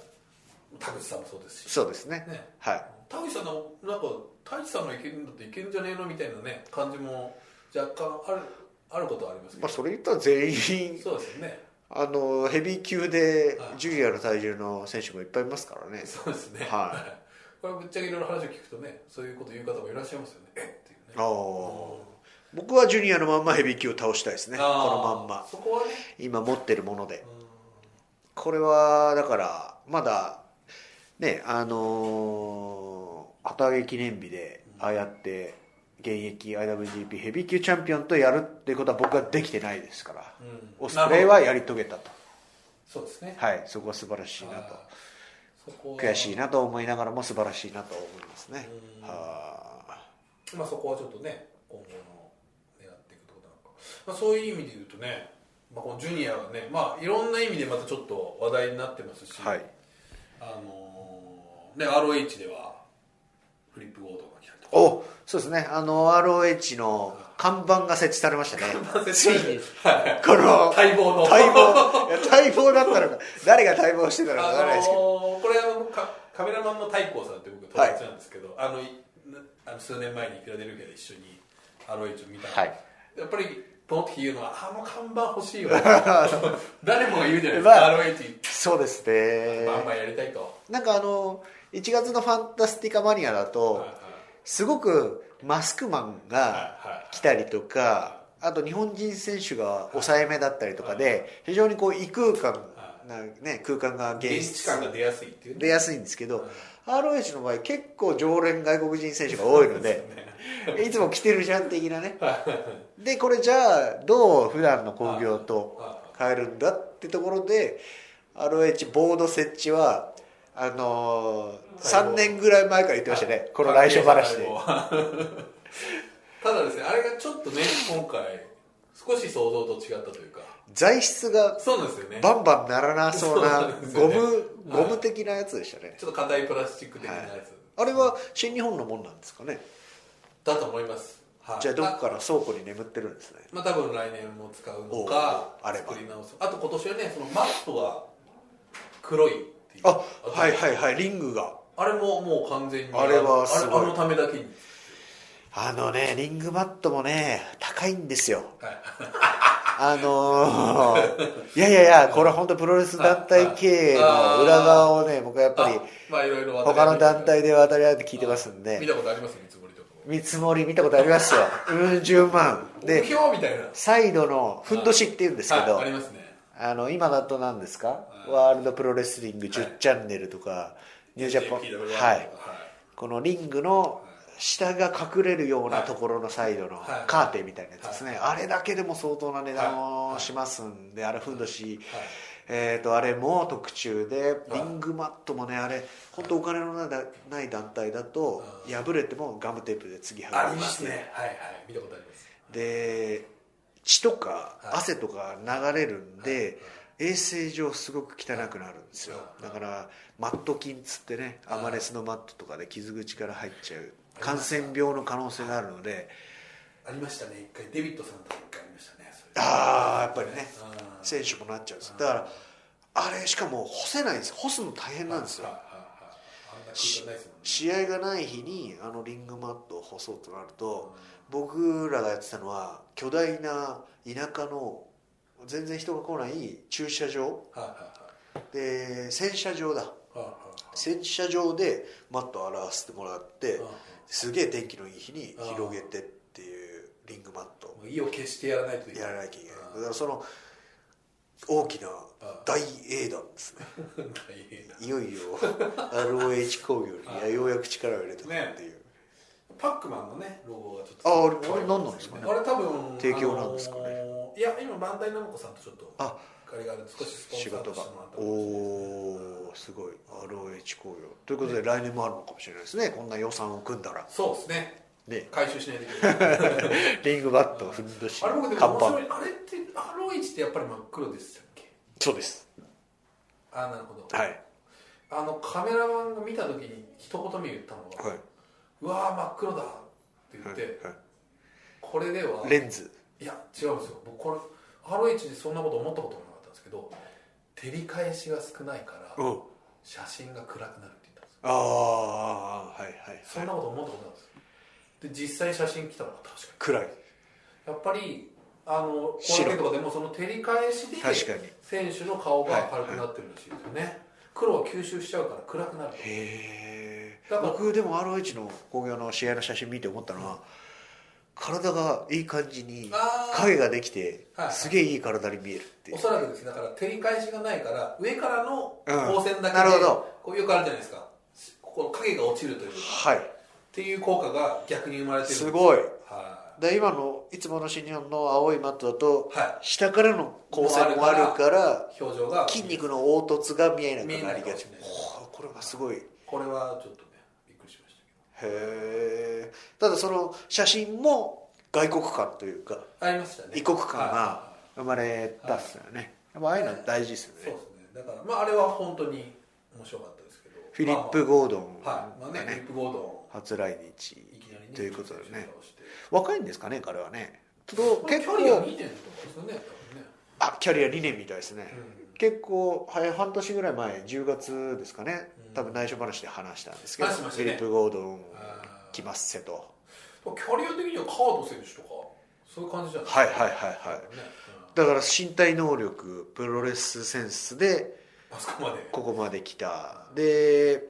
Speaker 2: 田口さんもそうですし
Speaker 1: そうですね
Speaker 2: ね
Speaker 1: はい
Speaker 2: 田口さんのなんか田口さんのいけるんだっていけるんじゃねえのみたいなね感じも若干あるあることはありますけ
Speaker 1: ま
Speaker 2: ど、
Speaker 1: あそれ言ったら全員
Speaker 2: そうですよね
Speaker 1: あのヘビー級で
Speaker 2: はい
Speaker 1: ジュニアの体重の選手もいっぱいいますからね
Speaker 2: そうですね、
Speaker 1: は
Speaker 2: これぶっちゃけいろいろ話を聞くとねそういうこと言う方もいらっしゃいますよねえっていうね
Speaker 1: ああ僕はジュニアのまんまヘビー級を倒したいですねこ
Speaker 2: あー
Speaker 1: のまんま
Speaker 2: そこはね
Speaker 1: 今持ってるもので
Speaker 2: うん
Speaker 1: これはだからまだねあのー旗揚げ記念日でああやって現役 IWGP ヘビー級チャンピオンとやるっていうことは僕はできてないですから、
Speaker 2: うん
Speaker 1: オスプレイはやり遂げたと
Speaker 2: そうですね
Speaker 1: はいそこは素晴らしいなと
Speaker 2: あーそこは
Speaker 1: 悔しいなと思いながらも素晴らしいなと思いますね
Speaker 2: うん
Speaker 1: はあ
Speaker 2: まあ、そこはちょっとね今後の狙っていくってことなのか、まあ、そういう意味で言うとね、まあ、このジュニアがね、まあ、いろんな意味でまたちょっと話題になってますし、
Speaker 1: はい
Speaker 2: あのーね ROH ではフリップゴードンが来たりとか
Speaker 1: おそうですねあの ROH の看板が設置されました
Speaker 2: *laughs*
Speaker 1: ねついにこの
Speaker 2: 待望の
Speaker 1: 待望いや待望だったのか誰が待望してたのか分からない
Speaker 2: あ
Speaker 1: ですけど
Speaker 2: のー *laughs* これあのカカメラマンの太閤さんって僕友達なんですけど、あのいなあの数年前にフィラデルフィアで一緒に ROH を見たの、
Speaker 1: はい
Speaker 2: やっぱりポンって言うのはあの看板欲しいよ誰もが言うじゃないですか、
Speaker 1: まあ
Speaker 2: ROH
Speaker 1: そうですね
Speaker 2: バンバンやりたいと、
Speaker 1: なんかあの1月の「ファンタスティカマニア」だとすごくマスクマンが来たりとかあと日本人選手が抑えめだったりとかで非常にこう異空間な、ね、空間が現
Speaker 2: 現地感が出やすいっていうね
Speaker 1: 出やすいんですけど ROH の場合結構常連外国人選手が多いのでいつも来てるじゃん的なねでこれじゃあどう普段の興行と変えるんだってところで ROH ボード設置はあのー、3年ぐらい前から言ってましたねこの来所話で
Speaker 2: ただですねあれがちょっとね今回少し想像と違ったというか
Speaker 1: 材質が
Speaker 2: そうなんですよね
Speaker 1: バンバンならなそうな
Speaker 2: そうなんです
Speaker 1: ゴ
Speaker 2: よね
Speaker 1: ム
Speaker 2: は
Speaker 1: ゴ
Speaker 2: い
Speaker 1: ム的なやつでしたね
Speaker 2: ちょっと硬いプラスチック的なやつ、
Speaker 1: あれは新日本のもんなんですかね
Speaker 2: だと思います、はい、
Speaker 1: じゃあどこ
Speaker 2: あ
Speaker 1: から倉庫に眠ってるんですね
Speaker 2: まあ多分来年も使う
Speaker 1: お
Speaker 2: の
Speaker 1: う
Speaker 2: か
Speaker 1: あれば
Speaker 2: 作り直すあと今年はねそのマットが黒いっていう
Speaker 1: あはい
Speaker 2: い
Speaker 1: はいはいリングが
Speaker 2: あれももう完全に
Speaker 1: あれはすごい
Speaker 2: あれあのためだけに
Speaker 1: あのねリングマットもね高いんですよ
Speaker 2: はい
Speaker 1: あの
Speaker 2: *laughs*
Speaker 1: ーいやいやいやこれは本当プロレス団体経営の裏側をね僕はやっぱり
Speaker 2: あまあいろいろ渡り
Speaker 1: 他
Speaker 2: 歩
Speaker 1: の
Speaker 2: いて
Speaker 1: 団体で渡り合って聞いてますん
Speaker 2: 見
Speaker 1: で
Speaker 2: たことあります見積もりとか
Speaker 1: 見積もり見たことありますようん10万
Speaker 2: 目
Speaker 1: で
Speaker 2: 標みたいな
Speaker 1: サイドのふんどしって言うんですけど、
Speaker 2: はい、ありますね
Speaker 1: あの今だと何ですか、
Speaker 2: はい
Speaker 1: ワールドプロレスリング
Speaker 2: は
Speaker 1: 10
Speaker 2: い
Speaker 1: チャンネルとか、ニュージャパン
Speaker 2: JPW とか
Speaker 1: はいこのリングの下が隠れるようなところのサイドの
Speaker 2: はい
Speaker 1: カーテンみたいなやつですね、あれだけでも相当な値段をしますんで、あれふんどし、
Speaker 2: はい
Speaker 1: えー、とあれも特注で
Speaker 2: は
Speaker 1: リ
Speaker 2: い
Speaker 1: ングマットもねあれ本当お金のなない団体だと
Speaker 2: うん
Speaker 1: 破れてもガムテープで次剥
Speaker 2: あ
Speaker 1: が
Speaker 2: りま
Speaker 1: し
Speaker 2: す
Speaker 1: て、
Speaker 2: ねはいはい見たことあります
Speaker 1: で血とか
Speaker 2: はい
Speaker 1: 汗とか流れるんで、
Speaker 2: はいはい
Speaker 1: 衛生上すごく汚くなるんですよ
Speaker 2: はい
Speaker 1: だからマット菌っつってね
Speaker 2: は
Speaker 1: ア
Speaker 2: い
Speaker 1: マレスのマットとかで傷口から入っちゃう感染病の可能性があるので
Speaker 2: ありましたね一回デビッドさんとか一回ありましたねそれ
Speaker 1: ああやっぱりね
Speaker 2: うん
Speaker 1: 選手もなっちゃうんですだからあれしかも干せないんです干すの大変なんですよ
Speaker 2: はいはいはいあんな空間ないですもんね
Speaker 1: 試合がない日にあのリングマットを干そうとなると僕らがやってたのは巨大な田舎の全然人が来ない駐車場
Speaker 2: はいはい
Speaker 1: で洗車場だ
Speaker 2: はいはい
Speaker 1: 洗車場でマットを洗わせてもらって
Speaker 2: はいはい
Speaker 1: すげえ天気のいい日に広げてっていうリングマット
Speaker 2: もう意を決してやらないといけ
Speaker 1: や
Speaker 2: ない
Speaker 1: らなきゃいけないだからその大きな大英断ですね
Speaker 2: 大変だ
Speaker 1: いよいよ ROH 工業にようやく力を入れたっていう
Speaker 2: パックマンのねロゴがちょっと
Speaker 1: ああれあれ何なんですかね
Speaker 2: あれ多分
Speaker 1: 提供なんですかね
Speaker 2: あのーいや今バンダイナムコさんとちょっと
Speaker 1: あ
Speaker 2: あれがあるんで少しスポン
Speaker 1: 仕
Speaker 2: サー
Speaker 1: 事
Speaker 2: と
Speaker 1: が
Speaker 2: してもらった
Speaker 1: おおーすごい ROH 工業ということで来年もあるのかもしれないですねこんな予算を組んだら
Speaker 2: そうですね
Speaker 1: ね
Speaker 2: 回収しないといけないあれ
Speaker 1: *laughs* リングバットふんどし
Speaker 2: 僕で
Speaker 1: 看
Speaker 2: も面白
Speaker 1: 板
Speaker 2: いあれってアロイチってやっぱり真っ黒でしたっけ
Speaker 1: そうです
Speaker 2: ああなるほど
Speaker 1: はい
Speaker 2: あのカメラマンが見た時に一言目言ったのが
Speaker 1: は
Speaker 2: うわー真っ黒だ」って言っ
Speaker 1: い
Speaker 2: て、
Speaker 1: は
Speaker 2: これではい
Speaker 1: レンズ
Speaker 2: いや違うんですよ僕これ RH でそんなこと思ったこともなかったんですけど照り返しが少ないから
Speaker 1: うん
Speaker 2: 写真が暗くなるって言ったんですよ
Speaker 1: ああはいはい
Speaker 2: そんなこと思ったことないんですよで実際写真来たのが確か
Speaker 1: 暗い
Speaker 2: にやっぱりあのコ
Speaker 1: 白
Speaker 2: ラケとかでもその照り返しで
Speaker 1: 確かに
Speaker 2: 選手の顔が明るくなってるらしいですよね、黒は吸収しちゃうから暗くなると
Speaker 1: へえ
Speaker 2: だから
Speaker 1: 僕でも ROH の工業の試合の写真見て思ったのは体がいい感じに
Speaker 2: あー
Speaker 1: 影ができて
Speaker 2: はいはい
Speaker 1: すげえいい体に見えるっていう
Speaker 2: おそらくですねだから照り返しがないから上からの
Speaker 1: うん
Speaker 2: 光線だけ
Speaker 1: なる
Speaker 2: で、
Speaker 1: ほど
Speaker 2: こうよくあるじゃないですかしここの影が落ちるというか
Speaker 1: はい
Speaker 2: っていう効果が逆に生まれてる
Speaker 1: すごい
Speaker 2: は
Speaker 1: で今のいつもの新日本の青いマットだと
Speaker 2: は
Speaker 1: 下からの光線もあるから
Speaker 2: い表情が
Speaker 1: 筋肉の凹凸が見えなく
Speaker 2: 見え
Speaker 1: な
Speaker 2: な
Speaker 1: り
Speaker 2: いか
Speaker 1: が
Speaker 2: も
Speaker 1: ち
Speaker 2: しれない
Speaker 1: おーこれはすごいへ
Speaker 2: これはちょっとねびっくりしましたけ
Speaker 1: えただその写真も外国感というか
Speaker 2: どありましたね
Speaker 1: 異国感が
Speaker 2: は
Speaker 1: 生まれたっすよね、やっぱああいうの大事です
Speaker 2: い
Speaker 1: よ
Speaker 2: そう
Speaker 1: ね
Speaker 2: ですねだからまああれは本当に面白かったですけど
Speaker 1: フィリップ・ゴードン
Speaker 2: まあまあ
Speaker 1: が
Speaker 2: はいまあねフィリ
Speaker 1: ね
Speaker 2: ップ・ゴード
Speaker 1: 初来
Speaker 2: ンい
Speaker 1: 日
Speaker 2: きなりね
Speaker 1: ということでね
Speaker 2: 倒して
Speaker 1: 若いんですかね彼はねと
Speaker 2: まあ
Speaker 1: 結
Speaker 2: 距離が
Speaker 1: 構
Speaker 2: 見てると思うんですよね
Speaker 1: あキャリア2年みたいですね
Speaker 2: 多、分ね
Speaker 1: 結構はい半年ぐらい前10月ですかね
Speaker 2: うん
Speaker 1: 多分内緒話で話したんですけど、
Speaker 2: 話しま
Speaker 1: フ
Speaker 2: した
Speaker 1: ィ
Speaker 2: ね
Speaker 1: リップ・ゴードン
Speaker 2: あー
Speaker 1: 来ますせと
Speaker 2: うんキャリア的にはカード選手とかそういう感じじゃない
Speaker 1: はいはいはいはい
Speaker 2: ねうん
Speaker 1: だから身体能力プロレスセンスで
Speaker 2: あそこまで
Speaker 1: ここまで来たで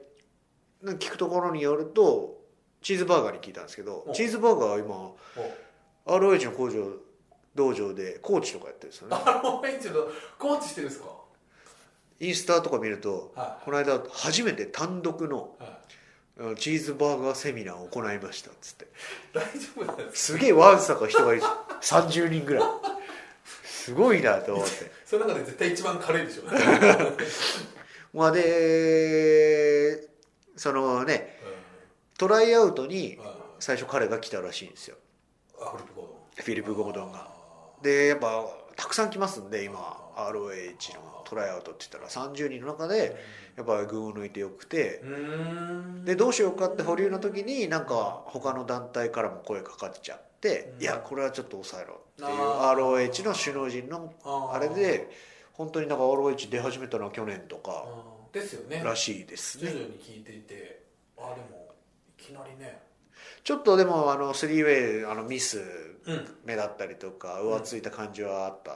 Speaker 1: なんか聞くところによるとチーズバーガーに聞いたんですけど
Speaker 2: お
Speaker 1: チーズバーガーは今
Speaker 2: お
Speaker 1: ROH の工場道場でコーチとかやってるんですよね
Speaker 2: あのベンチのコーチしてるんですか
Speaker 1: インスタとか見ると
Speaker 2: は
Speaker 1: この間初めて単独の
Speaker 2: いはい
Speaker 1: うんチーズバーガーセミナーを行いましたっつって
Speaker 2: 大丈夫なんですか
Speaker 1: すげえわんさか人がいる30人ぐらいすごいなと思って
Speaker 2: その中で絶対一番軽
Speaker 1: *laughs*
Speaker 2: いでしょうん
Speaker 1: まあでそのねトライアウトに
Speaker 2: あ
Speaker 1: 最初彼が来たらしいんですよ
Speaker 2: アフリップゴードン
Speaker 1: フィリップ・ゴードンが
Speaker 2: あ
Speaker 1: でやっぱたくさん来ますんで今 ROH のトライアウトって言ったら30人の中でやっぱ群を抜いてよくて
Speaker 2: うん
Speaker 1: でどうしようかって保留の時になんか他の団体からも声かかっちゃって
Speaker 2: うん
Speaker 1: いやこれはちょっと抑えろっていう
Speaker 2: あー
Speaker 1: ROH の首脳陣の
Speaker 2: あー
Speaker 1: あれで本当になんか ROH 出始めたのは去年とか
Speaker 2: あーですよね
Speaker 1: らしいです
Speaker 2: 徐
Speaker 1: ね
Speaker 2: 々に聞いていてあでもいきなりね
Speaker 1: ちょっとでもあの 3way あのミス
Speaker 2: うん
Speaker 1: 目だったりとか浮ついた感じはあった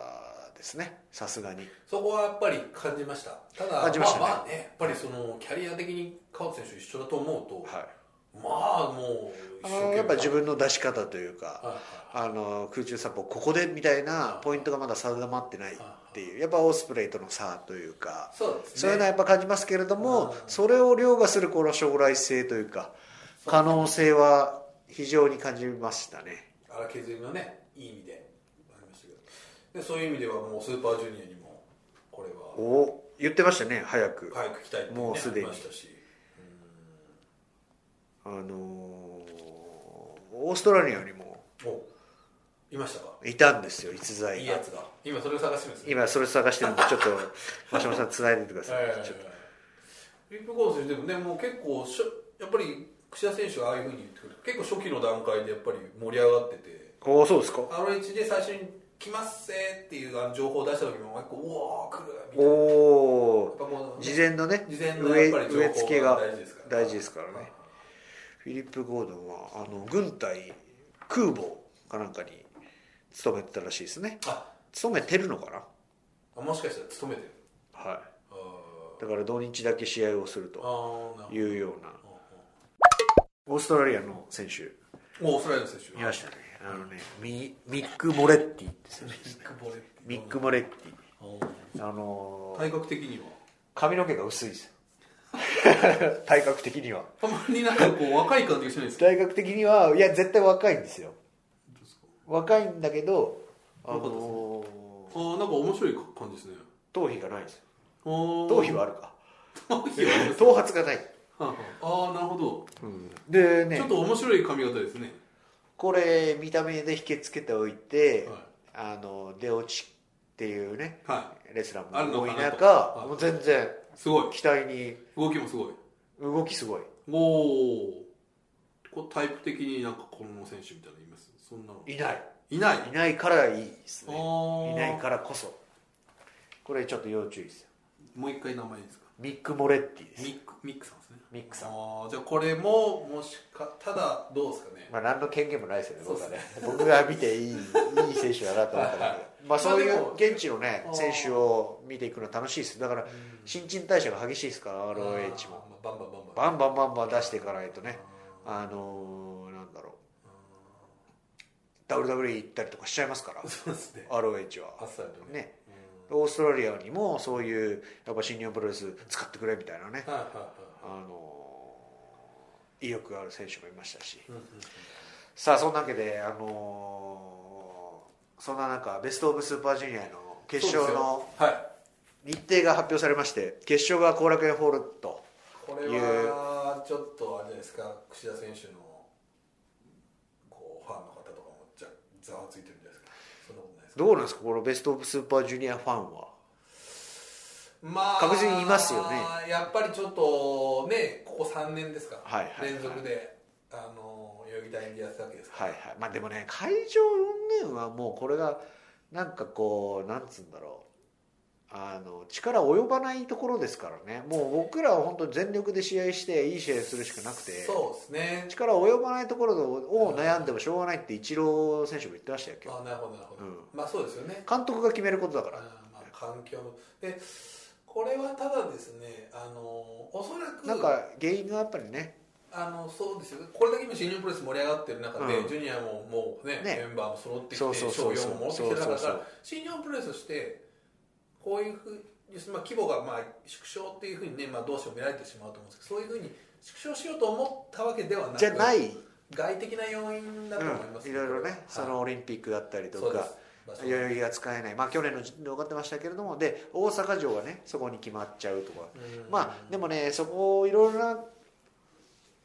Speaker 1: ですねさすがに
Speaker 2: そこはやっぱり感じましたただ
Speaker 1: 感じましたね
Speaker 2: あ、あねやっぱりそのキャリア的に川内選手一緒だと思うと
Speaker 1: はい
Speaker 2: まあもう一
Speaker 1: あ
Speaker 2: 生懸
Speaker 1: の
Speaker 2: 命
Speaker 1: やっぱ自分の出し方という
Speaker 2: はい
Speaker 1: か
Speaker 2: は
Speaker 1: あ
Speaker 2: い
Speaker 1: の空中散歩ここでみたいなポイントがまだ定まってないっていうやっぱオスプレイとの差というか
Speaker 2: そうですね
Speaker 1: そういうのはやっぱ感じますけれども
Speaker 2: うん
Speaker 1: それを凌駕するこの将来性というか可能性は非常に感じましたね
Speaker 2: 荒削りのねいい意味でありましたけどでそういう意味ではもうスーパージュニアにもこれは
Speaker 1: お言ってましたね早く
Speaker 2: 早く来たいって、ね、
Speaker 1: もうすでに
Speaker 2: ありましたし
Speaker 1: あのーオーストラリアにも
Speaker 2: おいましたか
Speaker 1: いたんですよ逸材
Speaker 2: いい
Speaker 1: が
Speaker 2: やつが今それを探してるんですね
Speaker 1: 今それ探してるんでちょっと真島さん繋いでてくださ
Speaker 2: はい
Speaker 1: い
Speaker 2: はいはい
Speaker 1: ちょっと
Speaker 2: フリップ・コー選手でもねもう結構しょやっぱり櫛田選手がああいうふうに言ってくると結構初期の段階でやっぱり盛り上がってて
Speaker 1: おおそうですか
Speaker 2: RH で最初に「来ますせ」っていうあの情報を出した時も結構「うわー来る!」みた
Speaker 1: お
Speaker 2: いな
Speaker 1: お
Speaker 2: やっぱこう
Speaker 1: 事前のね
Speaker 2: 事前の
Speaker 1: 植
Speaker 2: や
Speaker 1: え
Speaker 2: っぱり
Speaker 1: 植え付け
Speaker 2: 情報
Speaker 1: が
Speaker 2: が大事ですから
Speaker 1: 大事ですからねフィリップ・ゴードンはあの軍隊空母かなんかに勤めてたらしいですね
Speaker 2: あ
Speaker 1: 勤めてるのかな
Speaker 2: あもしかしたら勤めてる
Speaker 1: は
Speaker 2: あ
Speaker 1: いだから同日だけ試合をする
Speaker 2: ーあ
Speaker 1: と
Speaker 2: ーなるほ
Speaker 1: いうような
Speaker 2: ど
Speaker 1: オーストラリアの選手
Speaker 2: もうオーストラリアの選手
Speaker 1: いましたねあのねミミック・モレッティって選手ですね
Speaker 2: ミックボレ
Speaker 1: ミック・モレッティ
Speaker 2: あ
Speaker 1: あの
Speaker 2: ー
Speaker 1: ー
Speaker 2: 体格的には
Speaker 1: 髪の毛が薄いです *laughs* 体格的には
Speaker 2: あんまりなんかこう若い感じがしないですか
Speaker 1: 大学的にはいや絶対若いんですよ
Speaker 2: 本当ですか
Speaker 1: 若いんだけどあ
Speaker 2: よかったですね
Speaker 1: の
Speaker 2: あ
Speaker 1: ー
Speaker 2: ーなんか面白い感じですね
Speaker 1: 頭皮がないんですよ頭
Speaker 2: 頭 *laughs*
Speaker 1: 皮はあるか
Speaker 2: 頭皮はあります
Speaker 1: 頭髪がない、
Speaker 2: ああなるほど、
Speaker 1: で
Speaker 2: ち
Speaker 1: ね
Speaker 2: ょっと面白い髪型ですね
Speaker 1: これ見た目で引きつけておいて、
Speaker 2: はい
Speaker 1: あの出落ちっていうね
Speaker 2: は
Speaker 1: レスラ
Speaker 2: あ
Speaker 1: ー
Speaker 2: る
Speaker 1: も
Speaker 2: の
Speaker 1: 多
Speaker 2: か
Speaker 1: い
Speaker 2: なと
Speaker 1: 中
Speaker 2: はい
Speaker 1: もう全然
Speaker 2: いすごい
Speaker 1: 期待に
Speaker 2: 動きもすごい
Speaker 1: 動きすごい
Speaker 2: おおこうタイプ的になんかこの選手みたいなのいますそんなの
Speaker 1: いない
Speaker 2: いない
Speaker 1: いないからいいです
Speaker 2: あ
Speaker 1: ねいない
Speaker 2: ら
Speaker 1: からこそこれちょっと要注意ですよ
Speaker 2: もう一回名前いいですか
Speaker 1: ミック・モレッティです
Speaker 2: ミックミックさんですね
Speaker 1: ミックさん
Speaker 2: あーじゃあこれももしかただどうですかね、
Speaker 1: まあ、何の権限もないですよね、僕はね
Speaker 2: そ、
Speaker 1: 僕が見ていいいい選手だなと思った
Speaker 2: はいは
Speaker 1: ら
Speaker 2: い、
Speaker 1: まあ、そうい
Speaker 2: まあ
Speaker 1: う
Speaker 2: でも
Speaker 1: 現地のね
Speaker 2: あ、ー
Speaker 1: 選手を見ていくのは楽しいです、だから
Speaker 2: ん
Speaker 1: 新陳代謝が激しいですから、
Speaker 2: あ
Speaker 1: ROH
Speaker 2: ー
Speaker 1: も、
Speaker 2: まあバンバンバンバン
Speaker 1: バンバンバンバン出していかないとね、
Speaker 2: あ
Speaker 1: あのーなんだろう、WWE 行ったりとかしちゃいますから
Speaker 2: ー、そうですね
Speaker 1: ROH
Speaker 2: あ
Speaker 1: は。
Speaker 2: っさりとね
Speaker 1: ね、オーストラリアにもそういう、やっぱ新日本プロレス使ってくれみたいなね、
Speaker 2: はいはいはい
Speaker 1: あのー意欲がある選手もいましたし。
Speaker 2: うんうんうん
Speaker 1: さあそんなわけで、あのーそんな中ベスト・オブ・スーパージュニアの決勝の
Speaker 2: そうですよはい
Speaker 1: 日程が発表されまして決勝が後楽園ホールと
Speaker 2: これはちょっとあれじゃないですか櫛田選手のこうファンの方とかもじゃざわついてるんじゃないですかそんなことないですか
Speaker 1: どうなんですかこのベスト・オブ・スーパージュニアファンは
Speaker 2: ま
Speaker 1: 確実にいますよね
Speaker 2: やっぱりちょっとねここ3年ですか、
Speaker 1: はいはいはい
Speaker 2: 連続であの代々木第二でやってたわけですか
Speaker 1: はいはいまあでもね会場云々はもうこれがなんかこうなんつうんだろうあの力及ばないところですからねもう僕らは本当に全力で試合していい試合するしかなくて
Speaker 2: そうですね
Speaker 1: 力及ばないところを悩んでもしょうがないってイチロー選手も言ってましたよ今日
Speaker 2: あなるほどなるほど、
Speaker 1: うん
Speaker 2: まあそうですよね
Speaker 1: 監督が決めることだから
Speaker 2: うんまあ、環境もでこれはただですねあのおそらく
Speaker 1: なんか原因がやっぱりね
Speaker 2: あのそうですよこれだけ今新日本プロレス盛り上がってる中で、
Speaker 1: うん
Speaker 2: ジュニアももうね
Speaker 1: ね
Speaker 2: メンバーも揃ってきて
Speaker 1: そうそうそうそう
Speaker 2: 賞与も戻ってきてる中だ
Speaker 1: そう
Speaker 2: か
Speaker 1: そうそ
Speaker 2: ら新日本プロレスとしてこういうふう要するにまあ規模がまあ縮小っていうふうにね、まあ、どうしても見られてしまうと思うんですけどそういうふうに縮小しようと思ったわけではなく
Speaker 1: じゃない、うん
Speaker 2: 外的な要因だと思います、
Speaker 1: いろいろね、
Speaker 2: はい
Speaker 1: そのオリンピックだったりと
Speaker 2: そうで
Speaker 1: か
Speaker 2: す場所
Speaker 1: 代々木が使えない、まあ、去年の分かってましたけれどもで大阪城がねそこに決まっちゃうとか、
Speaker 2: うん
Speaker 1: まあでもねそこをいろいろな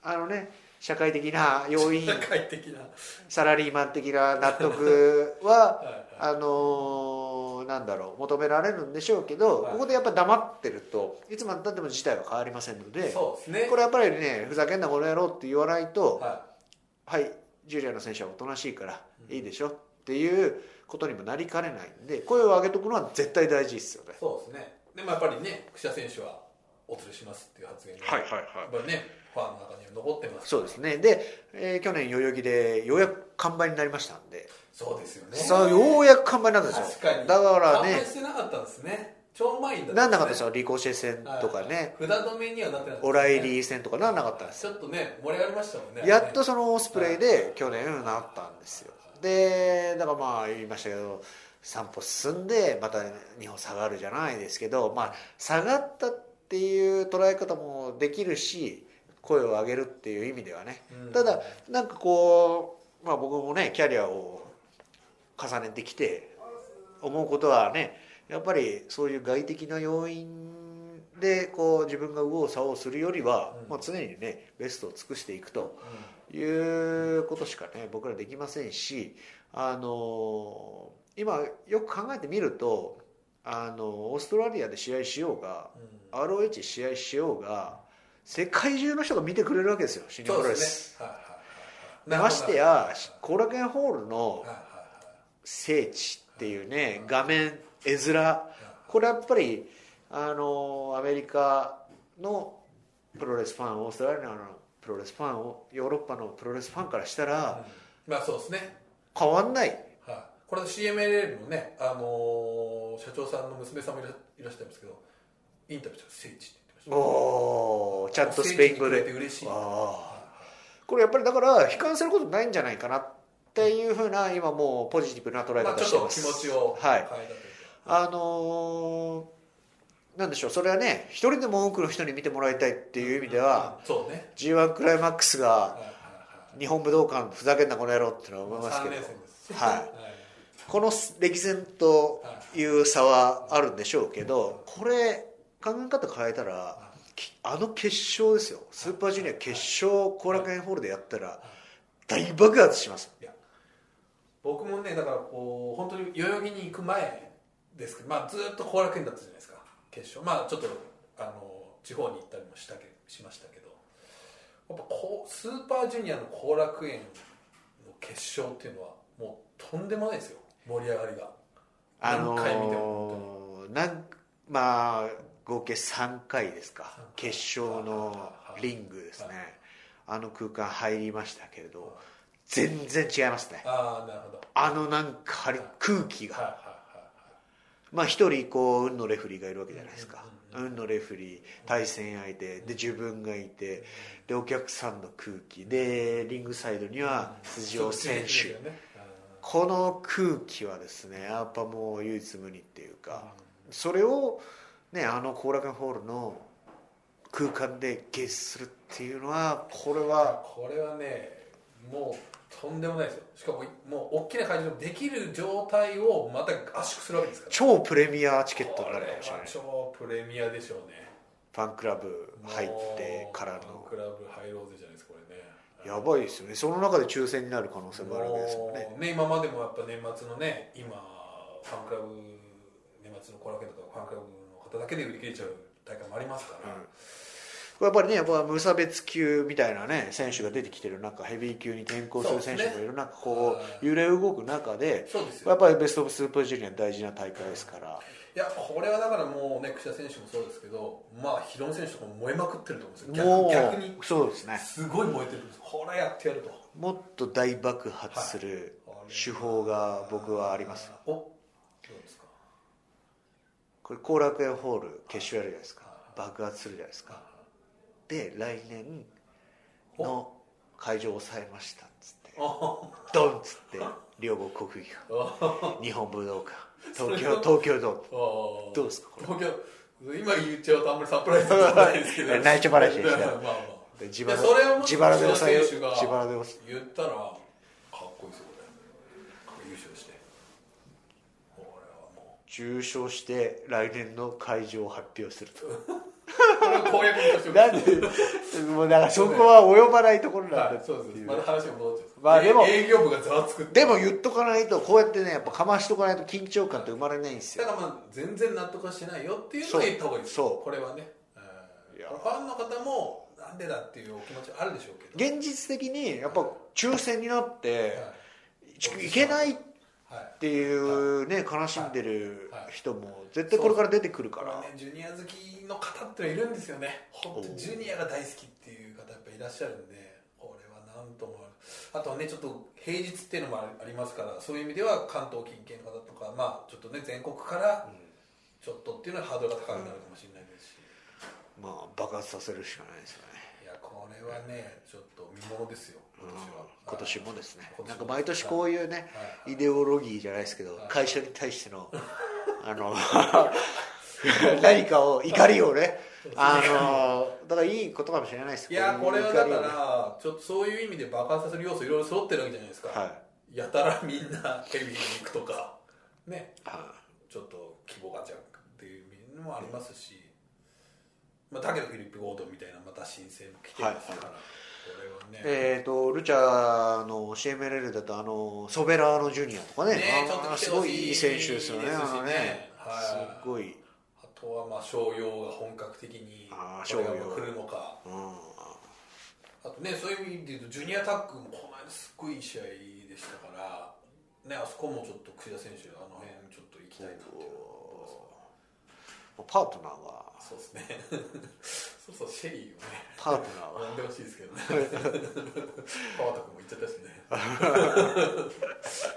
Speaker 1: あのね社会的な要因
Speaker 2: *laughs* 社会的な
Speaker 1: サラリーマン的な納得は
Speaker 2: *laughs* はいはい
Speaker 1: あのーなんだろう求められるんでしょうけど、
Speaker 2: はい
Speaker 1: ここでやっぱ黙ってるといつまでたっても事態は変わりませんので
Speaker 2: そうですね
Speaker 1: これやっぱりねふざけんなこの野郎って言わないと
Speaker 2: は
Speaker 1: はい、ジュリアの選手はおとなしいからいいでしょっていうことにもなりかねないんで声を上げとくのは絶対大事ですよね
Speaker 2: い、。そうですねでもやっぱりね櫛田選手はお連れしますっていう発言が、
Speaker 1: はい
Speaker 2: やっぱりねファンの中には残ってます
Speaker 1: そうですねで、えー去年代々木でようやく完売になりましたんで、
Speaker 2: そうですよね
Speaker 1: さあようやく完売なんですよ
Speaker 2: 確かに
Speaker 1: だから
Speaker 2: 完
Speaker 1: ね
Speaker 2: 敗してなかったんですね超前に
Speaker 1: なんなかったです
Speaker 2: よ
Speaker 1: よリコシェ戦とかね、
Speaker 2: 札止めにはなってなかった
Speaker 1: オライリー戦とかなんなかったんです
Speaker 2: ちょっとね盛り上がりましたもんね
Speaker 1: やっとそのオスプレイで去年なったんですよでだからまあ言いましたけど3歩進んでまた2歩下がるじゃないですけどまあ下がったっていう捉え方もできるし声を上げるっていう意味ではね
Speaker 2: うん
Speaker 1: ただなんかこう、まあ、僕もねキャリアを重ねてきて思うことはねやっぱりそういう外的な要因でこう自分が右往左往するよりは、
Speaker 2: うん
Speaker 1: まあ、常にねベストを尽くしていくとい
Speaker 2: うん
Speaker 1: うことしかね僕らできませんしあの今よく考えてみるとあのオーストラリアで試合しようが
Speaker 2: うん
Speaker 1: ROH 試合しようが世界中の人が見てくれるわけですよ新日本
Speaker 2: そ
Speaker 1: プロ
Speaker 2: う
Speaker 1: レ
Speaker 2: で
Speaker 1: ス。
Speaker 2: すねはいはいはいはい
Speaker 1: ましてや後楽園ホールの
Speaker 2: はいはい
Speaker 1: 聖地っていうね画面絵面これやっぱりあのアメリカのプロレスファンオーストラリアのプロレスファンをヨーロッパのプロレスファンからした
Speaker 2: はい
Speaker 1: ら
Speaker 2: うんまあそうですね
Speaker 1: 変わんない
Speaker 2: はいこれ CMLL のねあのー社長さんの娘さんもいらいらっしゃいますけどインタビューしたら聖地って言ってまし
Speaker 1: おーちゃ
Speaker 2: た
Speaker 1: んとスペイン語
Speaker 2: 聖地に来れ
Speaker 1: で
Speaker 2: て嬉しい
Speaker 1: あーこれやっぱりだから悲観することないんじゃないかなっていうふうな今もうポジティブな捉え
Speaker 2: まあ
Speaker 1: 方
Speaker 2: ちょ
Speaker 1: し
Speaker 2: ってと
Speaker 1: ま
Speaker 2: 気
Speaker 1: す
Speaker 2: 持ちを
Speaker 1: はい
Speaker 2: 変えたというか
Speaker 1: あのーなんでしょうそれはね一人でも多くの人に見てもらいたいっていう意味では、
Speaker 2: うんそうね
Speaker 1: g 1クライマックス
Speaker 2: はい
Speaker 1: が
Speaker 2: はいはい
Speaker 1: 日本武道館ふざけんなこの野郎ってのは思いますけ
Speaker 2: 三
Speaker 1: ど
Speaker 2: 連戦です
Speaker 1: はいこの歴戦という差はあるんでしょうけどこれ考え方変えたらきあの決勝ですよスーパージュニア決勝後楽園ホールでやったら大爆発します
Speaker 2: 僕もねだからこう本当に代々木に行く前ですけど、まあ、ずっと後楽園だったじゃないですか決勝まあちょっとあの地方に行ったりもしたけしましたけどやっぱこうスーパージュニアの後楽園の決勝っていうのはもうとんでもないですよ盛り上がりが
Speaker 1: あの
Speaker 2: 何回見ても
Speaker 1: ーなんまあ合計3回ですか
Speaker 2: 三回
Speaker 1: 決勝のリングですね
Speaker 2: は
Speaker 1: あの空間入りましたけれど全然違いますね
Speaker 2: ああなるほど
Speaker 1: あのなんか張り空気
Speaker 2: はい
Speaker 1: が
Speaker 2: はい
Speaker 1: まあ一人こう運のレフェリーがいるわけじゃないですか
Speaker 2: うん
Speaker 1: 運のレフェリー対戦相手で自分がいてでお客さんの空気でリングサイドに
Speaker 2: はいはい
Speaker 1: は辻尾選手
Speaker 2: そうですね
Speaker 1: この空気はですねやっぱもう唯一無二っていう
Speaker 2: うん
Speaker 1: かそれをねあの後楽園ホールの空間でゲスするっていうのはこれは
Speaker 2: これはねもうとんでもないですよしかももう大きな会場でもできる状態をまた圧縮するわけですから
Speaker 1: 超プレミアチケットになるかもしれない
Speaker 2: これは超プレミアでしょうね
Speaker 1: ファンクラブ入ってから
Speaker 2: も
Speaker 1: の
Speaker 2: うクラブ入ろうぜじゃないですかこれね
Speaker 1: やばいですよねその中で抽選になる可能性もあるわけですもんね
Speaker 2: もうね今までもやっぱ年末のね今ファンクラブ年末の後楽園とかファンクラブの方だけで売り切れちゃう大会もありますから、
Speaker 1: やっぱりねやっぱ無差別級みたいなね選手が出てきてる中ヘビー級に転向する選手もいる中
Speaker 2: そう
Speaker 1: こ
Speaker 2: ですね
Speaker 1: う揺れ動く中で
Speaker 2: そうですよ
Speaker 1: やっぱりベスト・オブ・スーパージュニア大事な大会ですから
Speaker 2: いやこれはだからもうね櫛田選手もそうですけどまあヒロム選手とかも燃えまくってると思うんですよ
Speaker 1: も
Speaker 2: 逆逆に
Speaker 1: うそうですね
Speaker 2: すごい燃えてるんですこれやってやると
Speaker 1: もっと大爆発する手法が僕はあります
Speaker 2: おどうですか
Speaker 1: これ後楽園ホール決勝やるじゃないですか爆発するじゃないですかで来年の会場を抑えましたっつってドンっつって両国国技館日本武道館東京東京ドーム
Speaker 2: あ
Speaker 1: どうですかこれ
Speaker 2: 東京今言っちゃうとあんまりサプライズじゃないです
Speaker 1: *laughs*
Speaker 2: けど
Speaker 1: 内緒話でした
Speaker 2: *laughs* まあまあ
Speaker 1: で自腹
Speaker 2: いやそれをもっと
Speaker 1: 自腹で抑えよう
Speaker 2: 櫛田選手が
Speaker 1: 自腹で抑
Speaker 2: 言ったらかっこいいですよこれ優勝してこれはもう
Speaker 1: 重賞して来年の会場を発表すると
Speaker 2: これを攻略として
Speaker 1: なんでもうだからそこは及ばないところな
Speaker 2: は
Speaker 1: んだ
Speaker 2: い、
Speaker 1: って
Speaker 2: そうです
Speaker 1: いう
Speaker 2: また話が戻っちゃう
Speaker 1: まあでも
Speaker 2: 営業部がざわつくって
Speaker 1: でも言っとかないとこうやってねやっぱかましとかないと緊張感って生まれないんです
Speaker 2: だ
Speaker 1: よ
Speaker 2: からまあ全然納得はしてないよっていうのを言った方がいいです
Speaker 1: そうそう
Speaker 2: これはね、うん
Speaker 1: いや
Speaker 2: これファンの方もなんでだっていうお気持ちあるでしょうけど
Speaker 1: 現実的にやっぱ抽選になって
Speaker 2: はい
Speaker 1: いけないっ
Speaker 2: はい
Speaker 1: ていうね悲しんでる人も絶対これから出てくるか
Speaker 2: これ
Speaker 1: ら
Speaker 2: ねジュニア好きの方っていうのはいるんですよね本当
Speaker 1: おう
Speaker 2: にジュニアが大好きっていう方やっぱいらっしゃるんでこれはなんともあとはねちょっと平日っていうのもありますからそういう意味では関東近県の方とかまあちょっとね全国からちょっとっていうのはハードルが高くなるかもしれないですし、
Speaker 1: まあ爆発させるしかないですよね
Speaker 2: いやこれはねちょっと見ものですよ
Speaker 1: うん
Speaker 2: 今年は、
Speaker 1: 今年もですね
Speaker 2: 今年も
Speaker 1: なんか毎年こういうね
Speaker 2: はい
Speaker 1: イデオロギーじゃないですけど
Speaker 2: はい
Speaker 1: 会社に対して
Speaker 2: *laughs*
Speaker 1: のあの *laughs* 何かを怒りをねあのだからいいことかもしれないです
Speaker 2: いやこれはだ
Speaker 1: う
Speaker 2: か
Speaker 1: いう怒りをね
Speaker 2: らちょっとそういう意味で爆発させる要素いろいろ揃ってるわけじゃないですか、
Speaker 1: は
Speaker 2: やたらみんなヘビーに行くとかね
Speaker 1: いは
Speaker 2: ちょっと規模が弱っていうのもありますし、まあ、だけどフィリップ・ゴードンみたいなまた新星も来てますから、これはね、
Speaker 1: えー、とルチャの CMLL だとあのソベラーノジュニアとかね
Speaker 2: ね
Speaker 1: あー
Speaker 2: ちょっと来て
Speaker 1: す
Speaker 2: ほ
Speaker 1: ご
Speaker 2: しい
Speaker 1: いいい選手ですよね
Speaker 2: ですしね
Speaker 1: あのね、
Speaker 2: はい
Speaker 1: すごい、
Speaker 2: あとはまあ商用が本格的に
Speaker 1: あー
Speaker 2: これが
Speaker 1: 商用
Speaker 2: 来るのか
Speaker 1: うん、
Speaker 2: あとねそういう意味で言うとジュニアタッグもこの間すっごいいい試合でしたから、ね、あそこもちょっと櫛田選手あの辺ちょっと行きたいなっていうのは思います
Speaker 1: パートナーが
Speaker 2: そうですね *laughs* そうそうシェリーをね
Speaker 1: パートナーは
Speaker 2: 呼んでほしいですけ *laughs* どね川田君も言っちゃったしね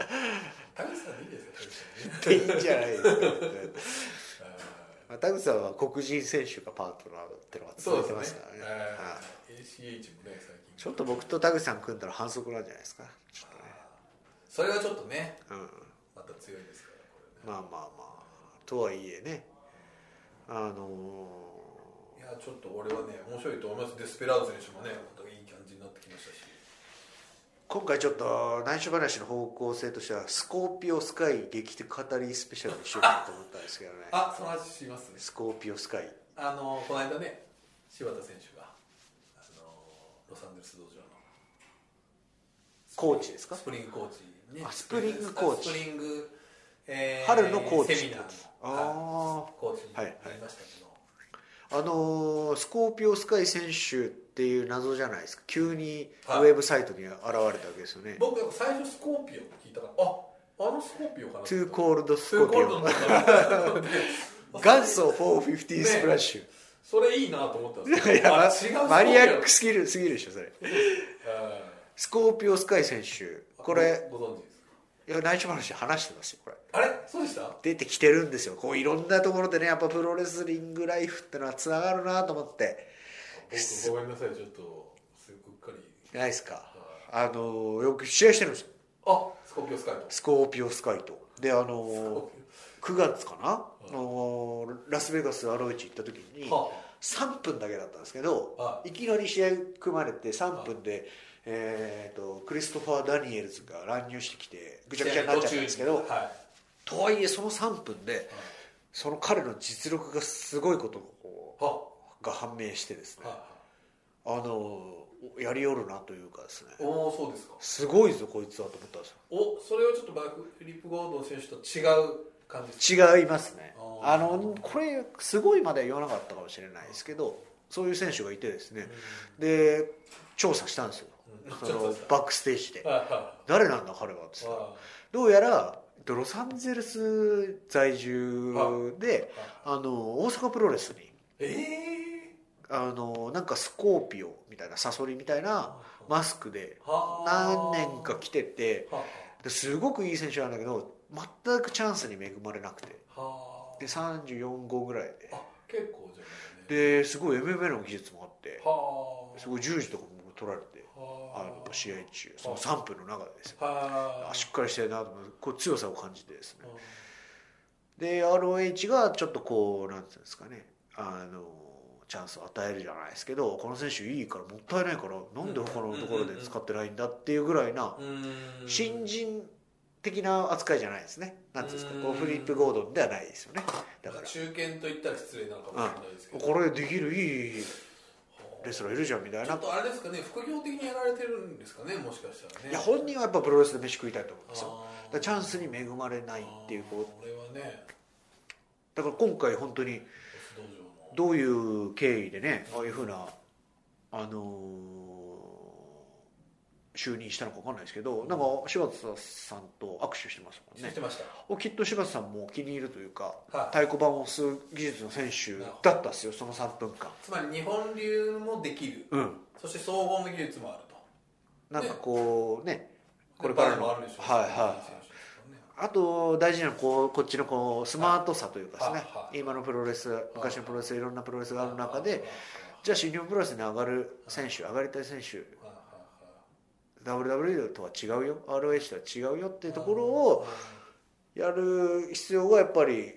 Speaker 2: *laughs* 田口さんでいいですよ田口さんね
Speaker 1: っていいんじゃないですかね
Speaker 2: あー
Speaker 1: まあ田口さんは黒人選手がパートナーってのが続
Speaker 2: そ
Speaker 1: いうてま
Speaker 2: ですす
Speaker 1: か
Speaker 2: ね
Speaker 1: らねはい
Speaker 2: えー ACH もね最近
Speaker 1: ちょっと僕と田口さん組んだら反則なんじゃないですかちょっ
Speaker 2: それはちょっとね
Speaker 1: とね、うん、
Speaker 2: また強いですからこれね
Speaker 1: まあまあまあとはいえねあの
Speaker 2: いやちょっと俺はね面白いと思いますデスペラード選手もねまたいい感じになってきました
Speaker 1: ー
Speaker 2: し
Speaker 1: 今回ちょっと内緒話の方向性としてはスコーピオスカイ劇的語りスペシャルにしようかなと思ったんですけどね
Speaker 2: あその話しますね
Speaker 1: スコーピオスカイ
Speaker 2: あのこの間ね柴田選手があのロサンゼルス道場の
Speaker 1: コーチですか
Speaker 2: スプリングコーチね
Speaker 1: あスプリングコーチ
Speaker 2: スプリング、え
Speaker 1: 春のコーチ
Speaker 2: セミナー
Speaker 1: あ
Speaker 2: のはい
Speaker 1: あ
Speaker 2: コーチになりましたけど、
Speaker 1: あのースコーピオスカイ選手っていう謎じゃないですか急にウ
Speaker 2: はい
Speaker 1: ェブサイトに現れたわけですよね
Speaker 2: 僕やっぱ最初スコーピオって聞いたからああのスコーピオかな
Speaker 1: トゥーコールドス
Speaker 2: ト
Speaker 1: コ
Speaker 2: ゥーコールド
Speaker 1: ー
Speaker 2: の
Speaker 1: ピオ元祖450スプラッシュ、
Speaker 2: それいいなと思ったんですけど
Speaker 1: いや
Speaker 2: *laughs* あ
Speaker 1: まマ
Speaker 2: 違うスコーピオ
Speaker 1: ニアックすぎるすぎるでしょそれ
Speaker 2: え
Speaker 1: スコーピオスカイ選手
Speaker 2: ー
Speaker 1: これ
Speaker 2: ごご存知ですか
Speaker 1: いや内緒話で話してますよこれ
Speaker 2: あれそうでした
Speaker 1: 出てきてるんですよこういろんなところでねやっぱプロレスリングライフってのはつながるなと思って
Speaker 2: 僕ごめんなさいちょっとすごくうっかり
Speaker 1: ないですかあのーよく試合してるんですよ
Speaker 2: あスコーピオスカイト
Speaker 1: スコーピオスカイとであのー9月かな、あ
Speaker 2: い
Speaker 1: のーラスベガスアロイチ行った時に
Speaker 2: は
Speaker 1: 3分だけだったんですけど、、
Speaker 2: はい
Speaker 1: きなり試合組まれて3分で、えー、とクリストファー・ダニエルズが乱入してきてぐちゃぐちゃになっちゃったんですけど
Speaker 2: はいは
Speaker 1: とはいえその3分でその彼の実力がすごいことを
Speaker 2: は
Speaker 1: が判明してですね
Speaker 2: は
Speaker 1: あのーやりよるなというかですね
Speaker 2: おおそうですか
Speaker 1: すごいぞこいつはと思ったんですよ
Speaker 2: おそれはちょっとバックフリップ・ゴードン選手と違う感じです
Speaker 1: 違いますね
Speaker 2: あー
Speaker 1: あのこれすごいまでは言わなかったかもしれないですけどそういう選手がいてですねで調査したんですよ
Speaker 2: うん
Speaker 1: そ
Speaker 2: 調査
Speaker 1: の
Speaker 2: した
Speaker 1: バックステージで
Speaker 2: はいは
Speaker 1: 誰なんだ彼はっつっ
Speaker 2: い
Speaker 1: たら
Speaker 2: は
Speaker 1: どうやらロサンゼルス在住で
Speaker 2: いはい
Speaker 1: あの大阪プロレスに
Speaker 2: え
Speaker 1: あのなんかスコーピオみたいなサソリみたい
Speaker 2: ー
Speaker 1: なマスクで
Speaker 2: は
Speaker 1: 何年か来てて
Speaker 2: は
Speaker 1: ですごくいい選手なんだけど全くチャンスに恵まれなくて
Speaker 2: は
Speaker 1: で34号ぐらいで
Speaker 2: あ結構じゃないね
Speaker 1: ですごい MMA の技術もあって
Speaker 2: はあ
Speaker 1: すごい十字とかも取られてあ
Speaker 2: は
Speaker 1: の試合中その3分の中でですよ
Speaker 2: あはあ
Speaker 1: あしっかりしてるなと思ってこう強さを感じてですね
Speaker 2: うん
Speaker 1: で ROH がちょっとこうなんていうんですかねあのチャンスを与えるじゃないですけどこの選手いいからもったいないからなんで他のところで使ってないんだっていうぐらいな
Speaker 2: うーん
Speaker 1: 新人的な扱いじゃないですねなんていうんですかこう
Speaker 2: うん
Speaker 1: フリップ合同ではないですよねだから
Speaker 2: 中堅と言ったら失礼なのかもしれないですけ
Speaker 1: うん、
Speaker 2: ど、
Speaker 1: これできるいいレスラーいるじゃんみたい
Speaker 2: ちょ
Speaker 1: な
Speaker 2: っとあれですかね副業的にやられてるんですかねもしかしたらね
Speaker 1: いや本人はやっぱプロレスで飯食いたいと思うんですよ
Speaker 2: あー
Speaker 1: だからチャンスに恵まれないっていうこ
Speaker 2: あーこれはね
Speaker 1: うだから今回本当に
Speaker 2: ボス道場の
Speaker 1: どういう経緯でねああいうふうなあのー就任したのか分かんないですけどなんか柴田さんと握手してますもん
Speaker 2: 知っ
Speaker 1: ね
Speaker 2: てました、
Speaker 1: きっと柴田さんも気に入るというか、
Speaker 2: はい
Speaker 1: 太鼓判をする技術の選手だったっすよその3分間
Speaker 2: つまり日本流もできる
Speaker 1: うん
Speaker 2: そして総合の技術もあると
Speaker 1: なんかこうねこれ
Speaker 2: で
Speaker 1: か
Speaker 2: バ
Speaker 1: ら
Speaker 2: レー
Speaker 1: の
Speaker 2: もあ
Speaker 1: はい
Speaker 2: るでしょう
Speaker 1: はいあと大事なのはこうこっちのこうスマートさというかですね
Speaker 2: はいはい
Speaker 1: 今のプロレス昔のプロレスいろんなプロレスがある中でじゃあ新日本プロレスに上がる選手上がりたい選手 WWE とは違うよ ROH とは違うよっていうところをやる必要がやっぱり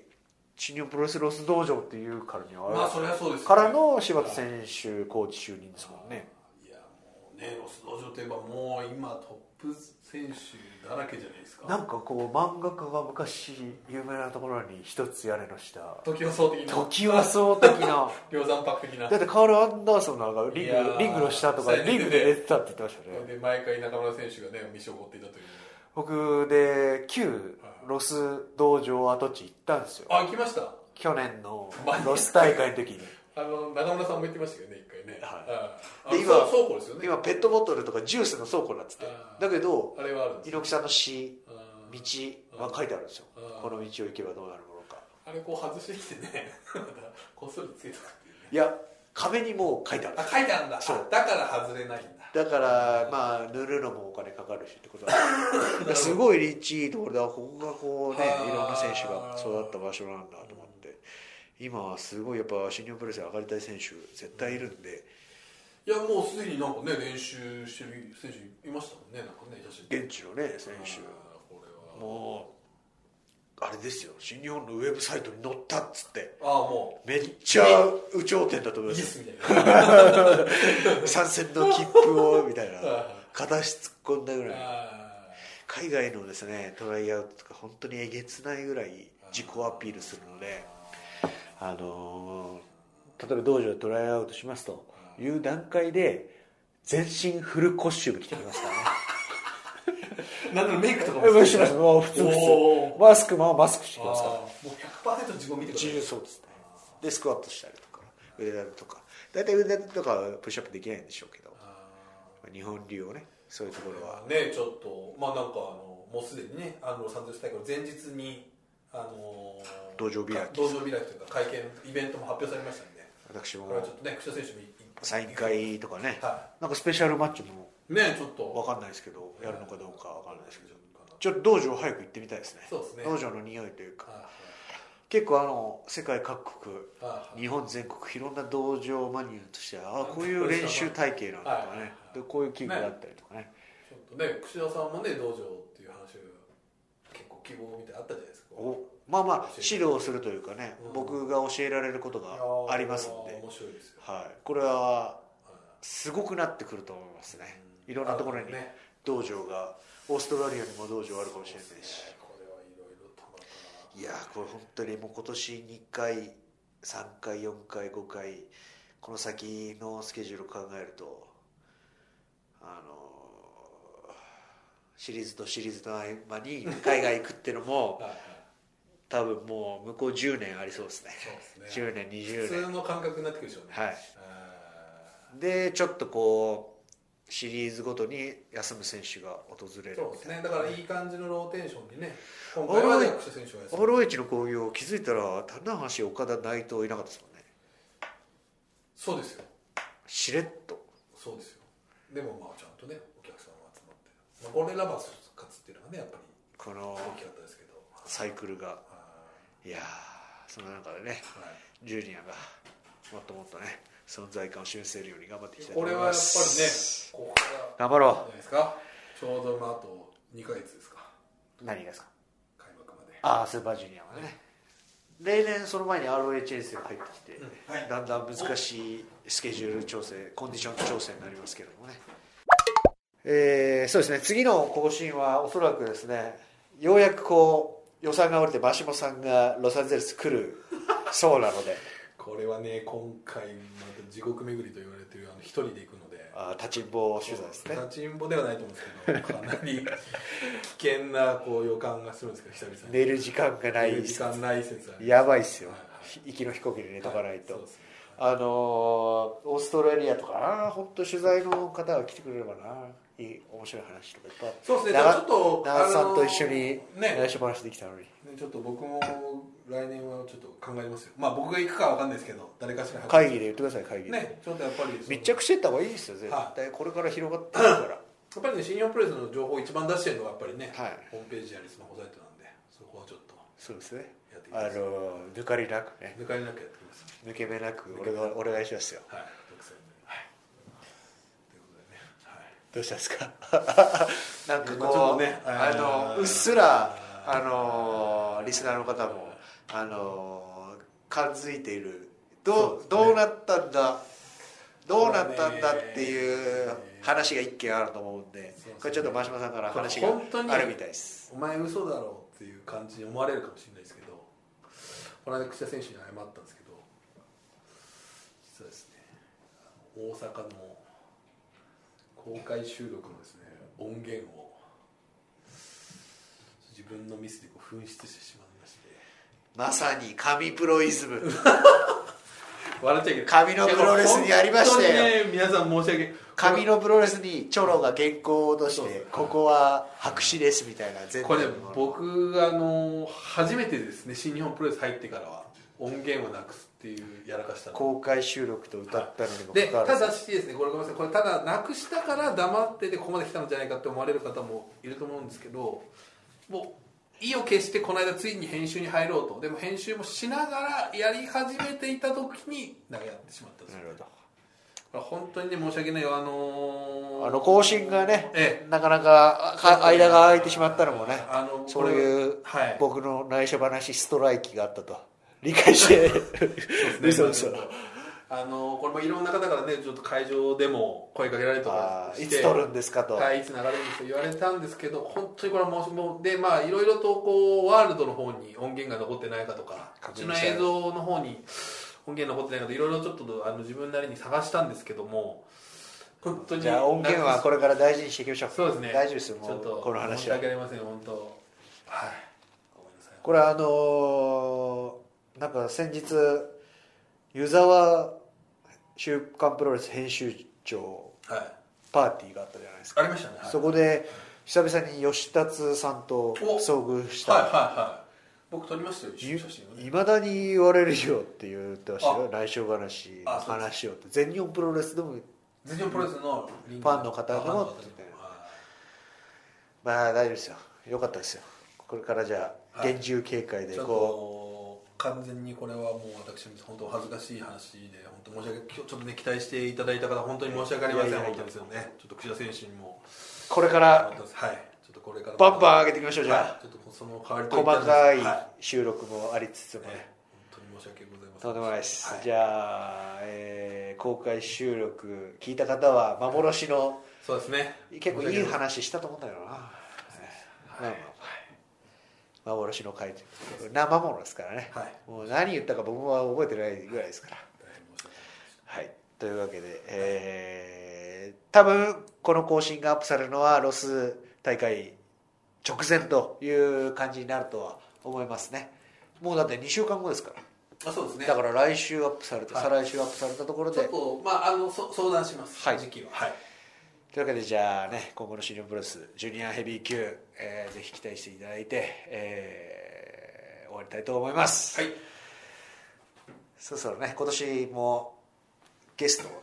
Speaker 1: 新日本プロレスロス道場っていうからには
Speaker 2: まあそれはそうですよね
Speaker 1: からの柴田選手コーチ就任ですもんね
Speaker 2: いやもうねロス道場といえばもう今トップ選手だらけじゃないです
Speaker 1: な
Speaker 2: か
Speaker 1: んかこう漫画家が昔有名なところに一つ屋根の下
Speaker 2: 時はそう的な
Speaker 1: 時はそう的な
Speaker 2: *laughs* 量産パック的な
Speaker 1: だってカール・アンダーソンなんかリン
Speaker 2: い
Speaker 1: グ
Speaker 2: やー
Speaker 1: リングの下とか
Speaker 2: そうやね
Speaker 1: リングで寝てたって言ってましたよね
Speaker 2: で毎回中村選手がね飯を持っていたという
Speaker 1: 僕で旧ロス道場跡地行ったんですよ
Speaker 2: あ行きました
Speaker 1: 去年の
Speaker 2: マジ
Speaker 1: ロス大会の時に
Speaker 2: あの中村さんも言ってましたけどね一回ね
Speaker 1: はい
Speaker 2: うん
Speaker 1: で
Speaker 2: あ
Speaker 1: 今
Speaker 2: そう倉庫ですよね
Speaker 1: 今ペットボトルとかジュースの倉庫になってて
Speaker 2: あー
Speaker 1: だけど
Speaker 2: あれはあるんですよ
Speaker 1: 猪木さんの詩
Speaker 2: うん
Speaker 1: 道は書いてあるんですよ
Speaker 2: うん
Speaker 1: この道を行けばどうなるものか
Speaker 2: あれこう外してきてね *laughs* またこっそりつけたっていうね
Speaker 1: いや壁にもう書いてあるんで
Speaker 2: あ
Speaker 1: すよ
Speaker 2: 書いてあるんだ
Speaker 1: そう
Speaker 2: だから外れないんだ
Speaker 1: だからまあ塗るのもお金かかるしってことだだからすごい立地いいところであここがこうね
Speaker 2: あー
Speaker 1: いろんな選手が育った場所なんだと思って今はすごいやっぱ新日本プロレスに上がりたい選手絶対いるんで
Speaker 2: いやもうすでになんかね練習してる選手いましたもんねなんかね写真
Speaker 1: 現地のね選手
Speaker 2: あーこれは
Speaker 1: もうあれですよ新日本のウェブサイトに載ったっつって
Speaker 2: ああも
Speaker 1: めっちゃ有頂天だと思
Speaker 2: う
Speaker 1: い
Speaker 2: イエ
Speaker 1: ますよ
Speaker 2: スみたいな
Speaker 1: 参戦の切符をみたいな
Speaker 2: あ
Speaker 1: 片足突っ込んだぐらい
Speaker 2: あ
Speaker 1: 海外のですねトライアウトとか本当にえげつないぐらい自己アピールするのであのー例えば道場でトライアウトしますという段階で全身フルコスチューム着てきます
Speaker 2: *laughs*
Speaker 1: からね
Speaker 2: ーなんだろうメイクとか
Speaker 1: えもうします
Speaker 2: あ
Speaker 1: もう普通普
Speaker 2: お
Speaker 1: 通マスクもマスクして
Speaker 2: あ
Speaker 1: きますから
Speaker 2: ーもう100%自分見てくだ
Speaker 1: 自
Speaker 2: さい
Speaker 1: 由そうですねでスクワットしたりとか腕立てとか大体腕立てとかはプッシュアップできないんでしょうけど
Speaker 2: あ
Speaker 1: 日本流をねそういうとこ
Speaker 2: ーこ
Speaker 1: ろ
Speaker 2: れ
Speaker 1: は
Speaker 2: はねちょっとまあなんかあのもうすでにねあのサンゼルス大会の前日にあのー
Speaker 1: 道場開き
Speaker 2: 道場開きというか会見イベントも発表されましたんで
Speaker 1: 私
Speaker 2: これは
Speaker 1: も
Speaker 2: ちょっとね櫛田選手もい
Speaker 1: サイン会とかね
Speaker 2: は
Speaker 1: なんかスペシャルマッチも
Speaker 2: いねちょっと
Speaker 1: わかんないですけどやるのかどうかわかんないですけど
Speaker 2: ど
Speaker 1: ちょっと道場早く行ってみたいですね
Speaker 2: そうですね
Speaker 1: 道場の匂いというか
Speaker 2: は
Speaker 1: 結構あの世界各国
Speaker 2: いはい
Speaker 1: 日本全国いろんな道場マニアとしてああこういう練習体系なんだとか
Speaker 2: はい
Speaker 1: ねでこういう器具だったりとかね
Speaker 2: ちょっとね櫛田さんもね道場っていう話を結構希望みたいなのあったじゃないですか
Speaker 1: おまあまあ指導するというかね、
Speaker 2: うん
Speaker 1: 僕が教えられること
Speaker 2: いやー
Speaker 1: がありますんで、
Speaker 2: 面白いですよ
Speaker 1: はい、これは
Speaker 2: は
Speaker 1: すごくなってくると思いますねいろんなところに
Speaker 2: ね
Speaker 1: 道場がオーストラリアにも道場あるかもしれない
Speaker 2: そうです
Speaker 1: し
Speaker 2: ねこれはいろいろたまた
Speaker 1: いやーこれ本当にもう今年2回3回4回5回この先のスケジュールを考えるとあのーシリーズとシリーズの合間に海外行くっていうのも *laughs*
Speaker 2: なはいはい
Speaker 1: 多分もう向こう10年ありそうですね
Speaker 2: そうですね
Speaker 1: 10年
Speaker 2: 普
Speaker 1: 20年
Speaker 2: 通の感覚になってくるでしょうね
Speaker 1: はい
Speaker 2: あ
Speaker 1: でちょっとこうシリーズごとに休む選手が訪れ
Speaker 2: ー
Speaker 1: る
Speaker 2: そう
Speaker 1: み
Speaker 2: です
Speaker 1: たい
Speaker 2: ね
Speaker 1: な
Speaker 2: だからいい感じのローテーションにね今回は
Speaker 1: あれ
Speaker 2: ね櫛田選手が休む
Speaker 1: ROH の興行気づいたら棚橋岡田内藤いなかったですもんね
Speaker 2: そうですよ
Speaker 1: しれっと
Speaker 2: そうですよでもまあちゃんとねお客さんが集まって、まあ、ゴレラバス勝つっていうのがねやっぱり
Speaker 1: この
Speaker 2: 大きかったですけど
Speaker 1: サイクルが
Speaker 2: あ
Speaker 1: いやーその中でね
Speaker 2: ーはい
Speaker 1: ジュニアがもっともっとね存在感を示せるように頑張っていきたいと
Speaker 2: こ
Speaker 1: 思い
Speaker 2: れはやっぱり
Speaker 1: ま
Speaker 2: ね
Speaker 1: す
Speaker 2: ここから
Speaker 1: 頑張ろ
Speaker 2: じゃないですかちょうどまああと2ヶ月ですか
Speaker 1: う何がですか
Speaker 2: 開幕まで
Speaker 1: ああスーパージュニアはね例年その前に ROHS が入ってきて、
Speaker 2: うんはい
Speaker 1: だんだん難しいスケジュール調整コンディション調整になりますけれどもねえーそうですね次の更新はおそらくですねようやくこう予算が下りてバシモさんがロサンゼルス来るそうなので
Speaker 2: これはね今回また地獄巡りと言われてるあの一人で行くので
Speaker 1: あー立ちんぼ取材ですね
Speaker 2: 立ちんぼではないと思うんですけどかなり危険なこう予感がするんですけど久々に
Speaker 1: 寝る時間がない
Speaker 2: 寝る時間ない説あり
Speaker 1: やばいっすよ
Speaker 2: はいは
Speaker 1: 行きの飛行機で寝とかないと、
Speaker 2: はいそうですね
Speaker 1: あのーオーストラリアとかあ本当取材の方が来てくれればないい面白い話とかいっぱいあって
Speaker 2: そうですね
Speaker 1: 長
Speaker 2: ちょっと
Speaker 1: 長津さんと一緒
Speaker 2: ね
Speaker 1: に内緒話できたのに、
Speaker 2: ねちょっと僕も来年はちょっと考えますよまあ僕が行くかわかんないですけど誰かしら
Speaker 1: 会議で言ってください会議で、
Speaker 2: ねちょっとやっぱりその
Speaker 1: 密着していった方がいいですよ絶対、これから広がっていく
Speaker 2: *laughs*
Speaker 1: から
Speaker 2: やっぱりね新日本プロレスの情報を一番出してるのがやっぱりね、
Speaker 1: はい
Speaker 2: ホームページやりスマホサイトなんでそこはちょっと
Speaker 1: そうですね
Speaker 2: やっていき
Speaker 1: あ
Speaker 2: ま
Speaker 1: の
Speaker 2: す
Speaker 1: ー抜かりなくね
Speaker 2: 抜かりなくやってきます
Speaker 1: 抜け目なく俺がお願いしますよ
Speaker 2: はい独占ではいということでねはい
Speaker 1: どうしたんですか *laughs* なんか
Speaker 2: まあちょっ
Speaker 1: ことう、
Speaker 2: ね
Speaker 1: あ
Speaker 2: あ
Speaker 1: の
Speaker 2: ー
Speaker 1: うっすらあのーリスナーの方もあのー感づいているどうどうなったんだどうなったんだっていう話が一件あると思うんで
Speaker 2: そうですね
Speaker 1: これちょっと真島さんから話が
Speaker 2: これ本当に
Speaker 1: あるみたいです
Speaker 2: お前嘘だろうっていう感じに思われるかもしれないですけどこの間櫛田選手に謝ったんですけど実はですねあの大阪の公開収録のですね音源を自分のミスでこう紛失してしまいまして
Speaker 1: まさに神プロイズム
Speaker 2: 笑っちゃいけない
Speaker 1: 神のプロレスにありましたよ
Speaker 2: 本当にね皆さん申し訳
Speaker 1: 神のプロレスにチョロが原稿を落とし
Speaker 2: そうで
Speaker 1: て
Speaker 2: す
Speaker 1: ここは白紙ですみたいな全
Speaker 2: これ
Speaker 1: の
Speaker 2: 僕あの初めてですね新日本プロレス入ってからは音源をなくすっていうやらかしたの
Speaker 1: 公開収録と歌ったのにも
Speaker 2: で
Speaker 1: かかわら
Speaker 2: た
Speaker 1: ず
Speaker 2: だしですねこれごめんなさいこれただなくしたから黙っててここまで来たんじゃないかって思われる方もいると思うんですけどもう意を決してこの間ついに編集に入ろうとでも編集もしながらやり始めていた時になんかやってしまったんです
Speaker 1: な
Speaker 2: よ
Speaker 1: るほど
Speaker 2: これ本当にね申し訳ないよあのー
Speaker 1: あの更新がね、
Speaker 2: え
Speaker 1: なかなかあか間が空いてしまったのもね
Speaker 2: あの
Speaker 1: そういう
Speaker 2: これはい
Speaker 1: 僕の内緒話ストライキがあったと理解
Speaker 2: *laughs*
Speaker 1: して *laughs* 嘘嘘
Speaker 2: あのこれもいろんな方からねちょっと会場でも声かけられたりと
Speaker 1: あ
Speaker 2: か
Speaker 1: ー
Speaker 2: し
Speaker 1: い
Speaker 2: て
Speaker 1: つ撮るんですかと、
Speaker 2: はい、いつ流れるんですか言われたんですけど本当にこれはもうもうでまあいろいろとこうワールドの方に音源が残ってないかとかう
Speaker 1: 確
Speaker 2: ち
Speaker 1: 認
Speaker 2: の
Speaker 1: したい
Speaker 2: 映像の方に音源残ってないかといろいろちょっとあの自分なりに探したんですけども本当に
Speaker 1: じゃあ音源はこれから大事にしていきましょう
Speaker 2: そうですね
Speaker 1: 大丈夫ですよ
Speaker 2: ちょ
Speaker 1: も
Speaker 2: っ
Speaker 1: う
Speaker 2: と
Speaker 1: この話
Speaker 2: 申し
Speaker 1: は
Speaker 2: 訳ありません本当はいごめんなさい
Speaker 1: これあのーなんか先日湯沢週刊プロレス編集長
Speaker 2: はい
Speaker 1: パーティーがあったじゃないですか
Speaker 2: ありましたね、はい、
Speaker 1: そこで久々に吉達さんと遭遇した、
Speaker 2: はいはいはい僕撮りましたよ写真をね
Speaker 1: いまだに言われるよって言ってましたよ内緒話の
Speaker 2: あそうで
Speaker 1: 話をって全日本プロレスでも
Speaker 2: 全日本プロレスのリング
Speaker 1: ファンの方でも
Speaker 2: ファンの方で
Speaker 1: まあ大丈夫ですよよかったですよこれからじゃあ
Speaker 2: はい
Speaker 1: 厳重警戒
Speaker 2: はい
Speaker 1: で
Speaker 2: ちょっ
Speaker 1: こと
Speaker 2: 完全にこれはもう私本当お恥ずかしい話で本当申し訳ちょっとね期待していただいた方本当に申し訳ありません
Speaker 1: いやいやいや
Speaker 2: 本当ですよねちょっと櫛田選手にも
Speaker 1: うこれから
Speaker 2: 本当ですはいちょっとこれから
Speaker 1: バンバン上げ
Speaker 2: て
Speaker 1: ていきましょうじゃ
Speaker 2: ちょっとその代わり
Speaker 1: あ
Speaker 2: と言
Speaker 1: 細
Speaker 2: ったんです
Speaker 1: かい
Speaker 2: は
Speaker 1: 収録もありつつも
Speaker 2: いね
Speaker 1: ね
Speaker 2: 本当に申し訳ございません
Speaker 1: とんでもないです、
Speaker 2: はい
Speaker 1: じゃあ、えー公開収録聞いた方は幻の
Speaker 2: そうですね
Speaker 1: 結構いい
Speaker 2: 申し訳ござま
Speaker 1: 話したと思うんだよな、まあまあまあ幻の回ということで生ものですからね、
Speaker 2: はい
Speaker 1: もう何言ったか僕は覚えてないぐらいですから
Speaker 2: せん大変申し訳ござ
Speaker 1: はいというわ
Speaker 2: いません
Speaker 1: けで、えー多分この更新がアップされるのはロス大会直前という感じになるとは思いますねもうだって2週間後ですから
Speaker 2: あそうですね
Speaker 1: だから来週アップされて、
Speaker 2: はい
Speaker 1: 再来週アップされたところ
Speaker 2: ちょ
Speaker 1: で
Speaker 2: っとまああのそ相談します、
Speaker 1: はい
Speaker 2: 時期ははい
Speaker 1: というわけでじゃあね今後の新日本プロレスジュニアヘビー級、えーぜひ期待していただいて、えー終わりたいと思います、
Speaker 2: はい
Speaker 1: そろそろね今年もゲストをね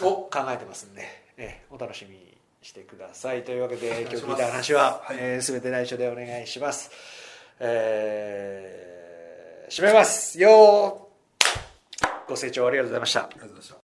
Speaker 2: お
Speaker 1: 考えてますんで、ね、お楽しみにしてくださいというわけ
Speaker 2: お願
Speaker 1: で
Speaker 2: いし
Speaker 1: 今日
Speaker 2: ます
Speaker 1: 聞いた話は、
Speaker 2: はい
Speaker 1: えー全て内緒でお願いしますえー、締めますよーご清聴ありがとうございました
Speaker 2: ありがとうございました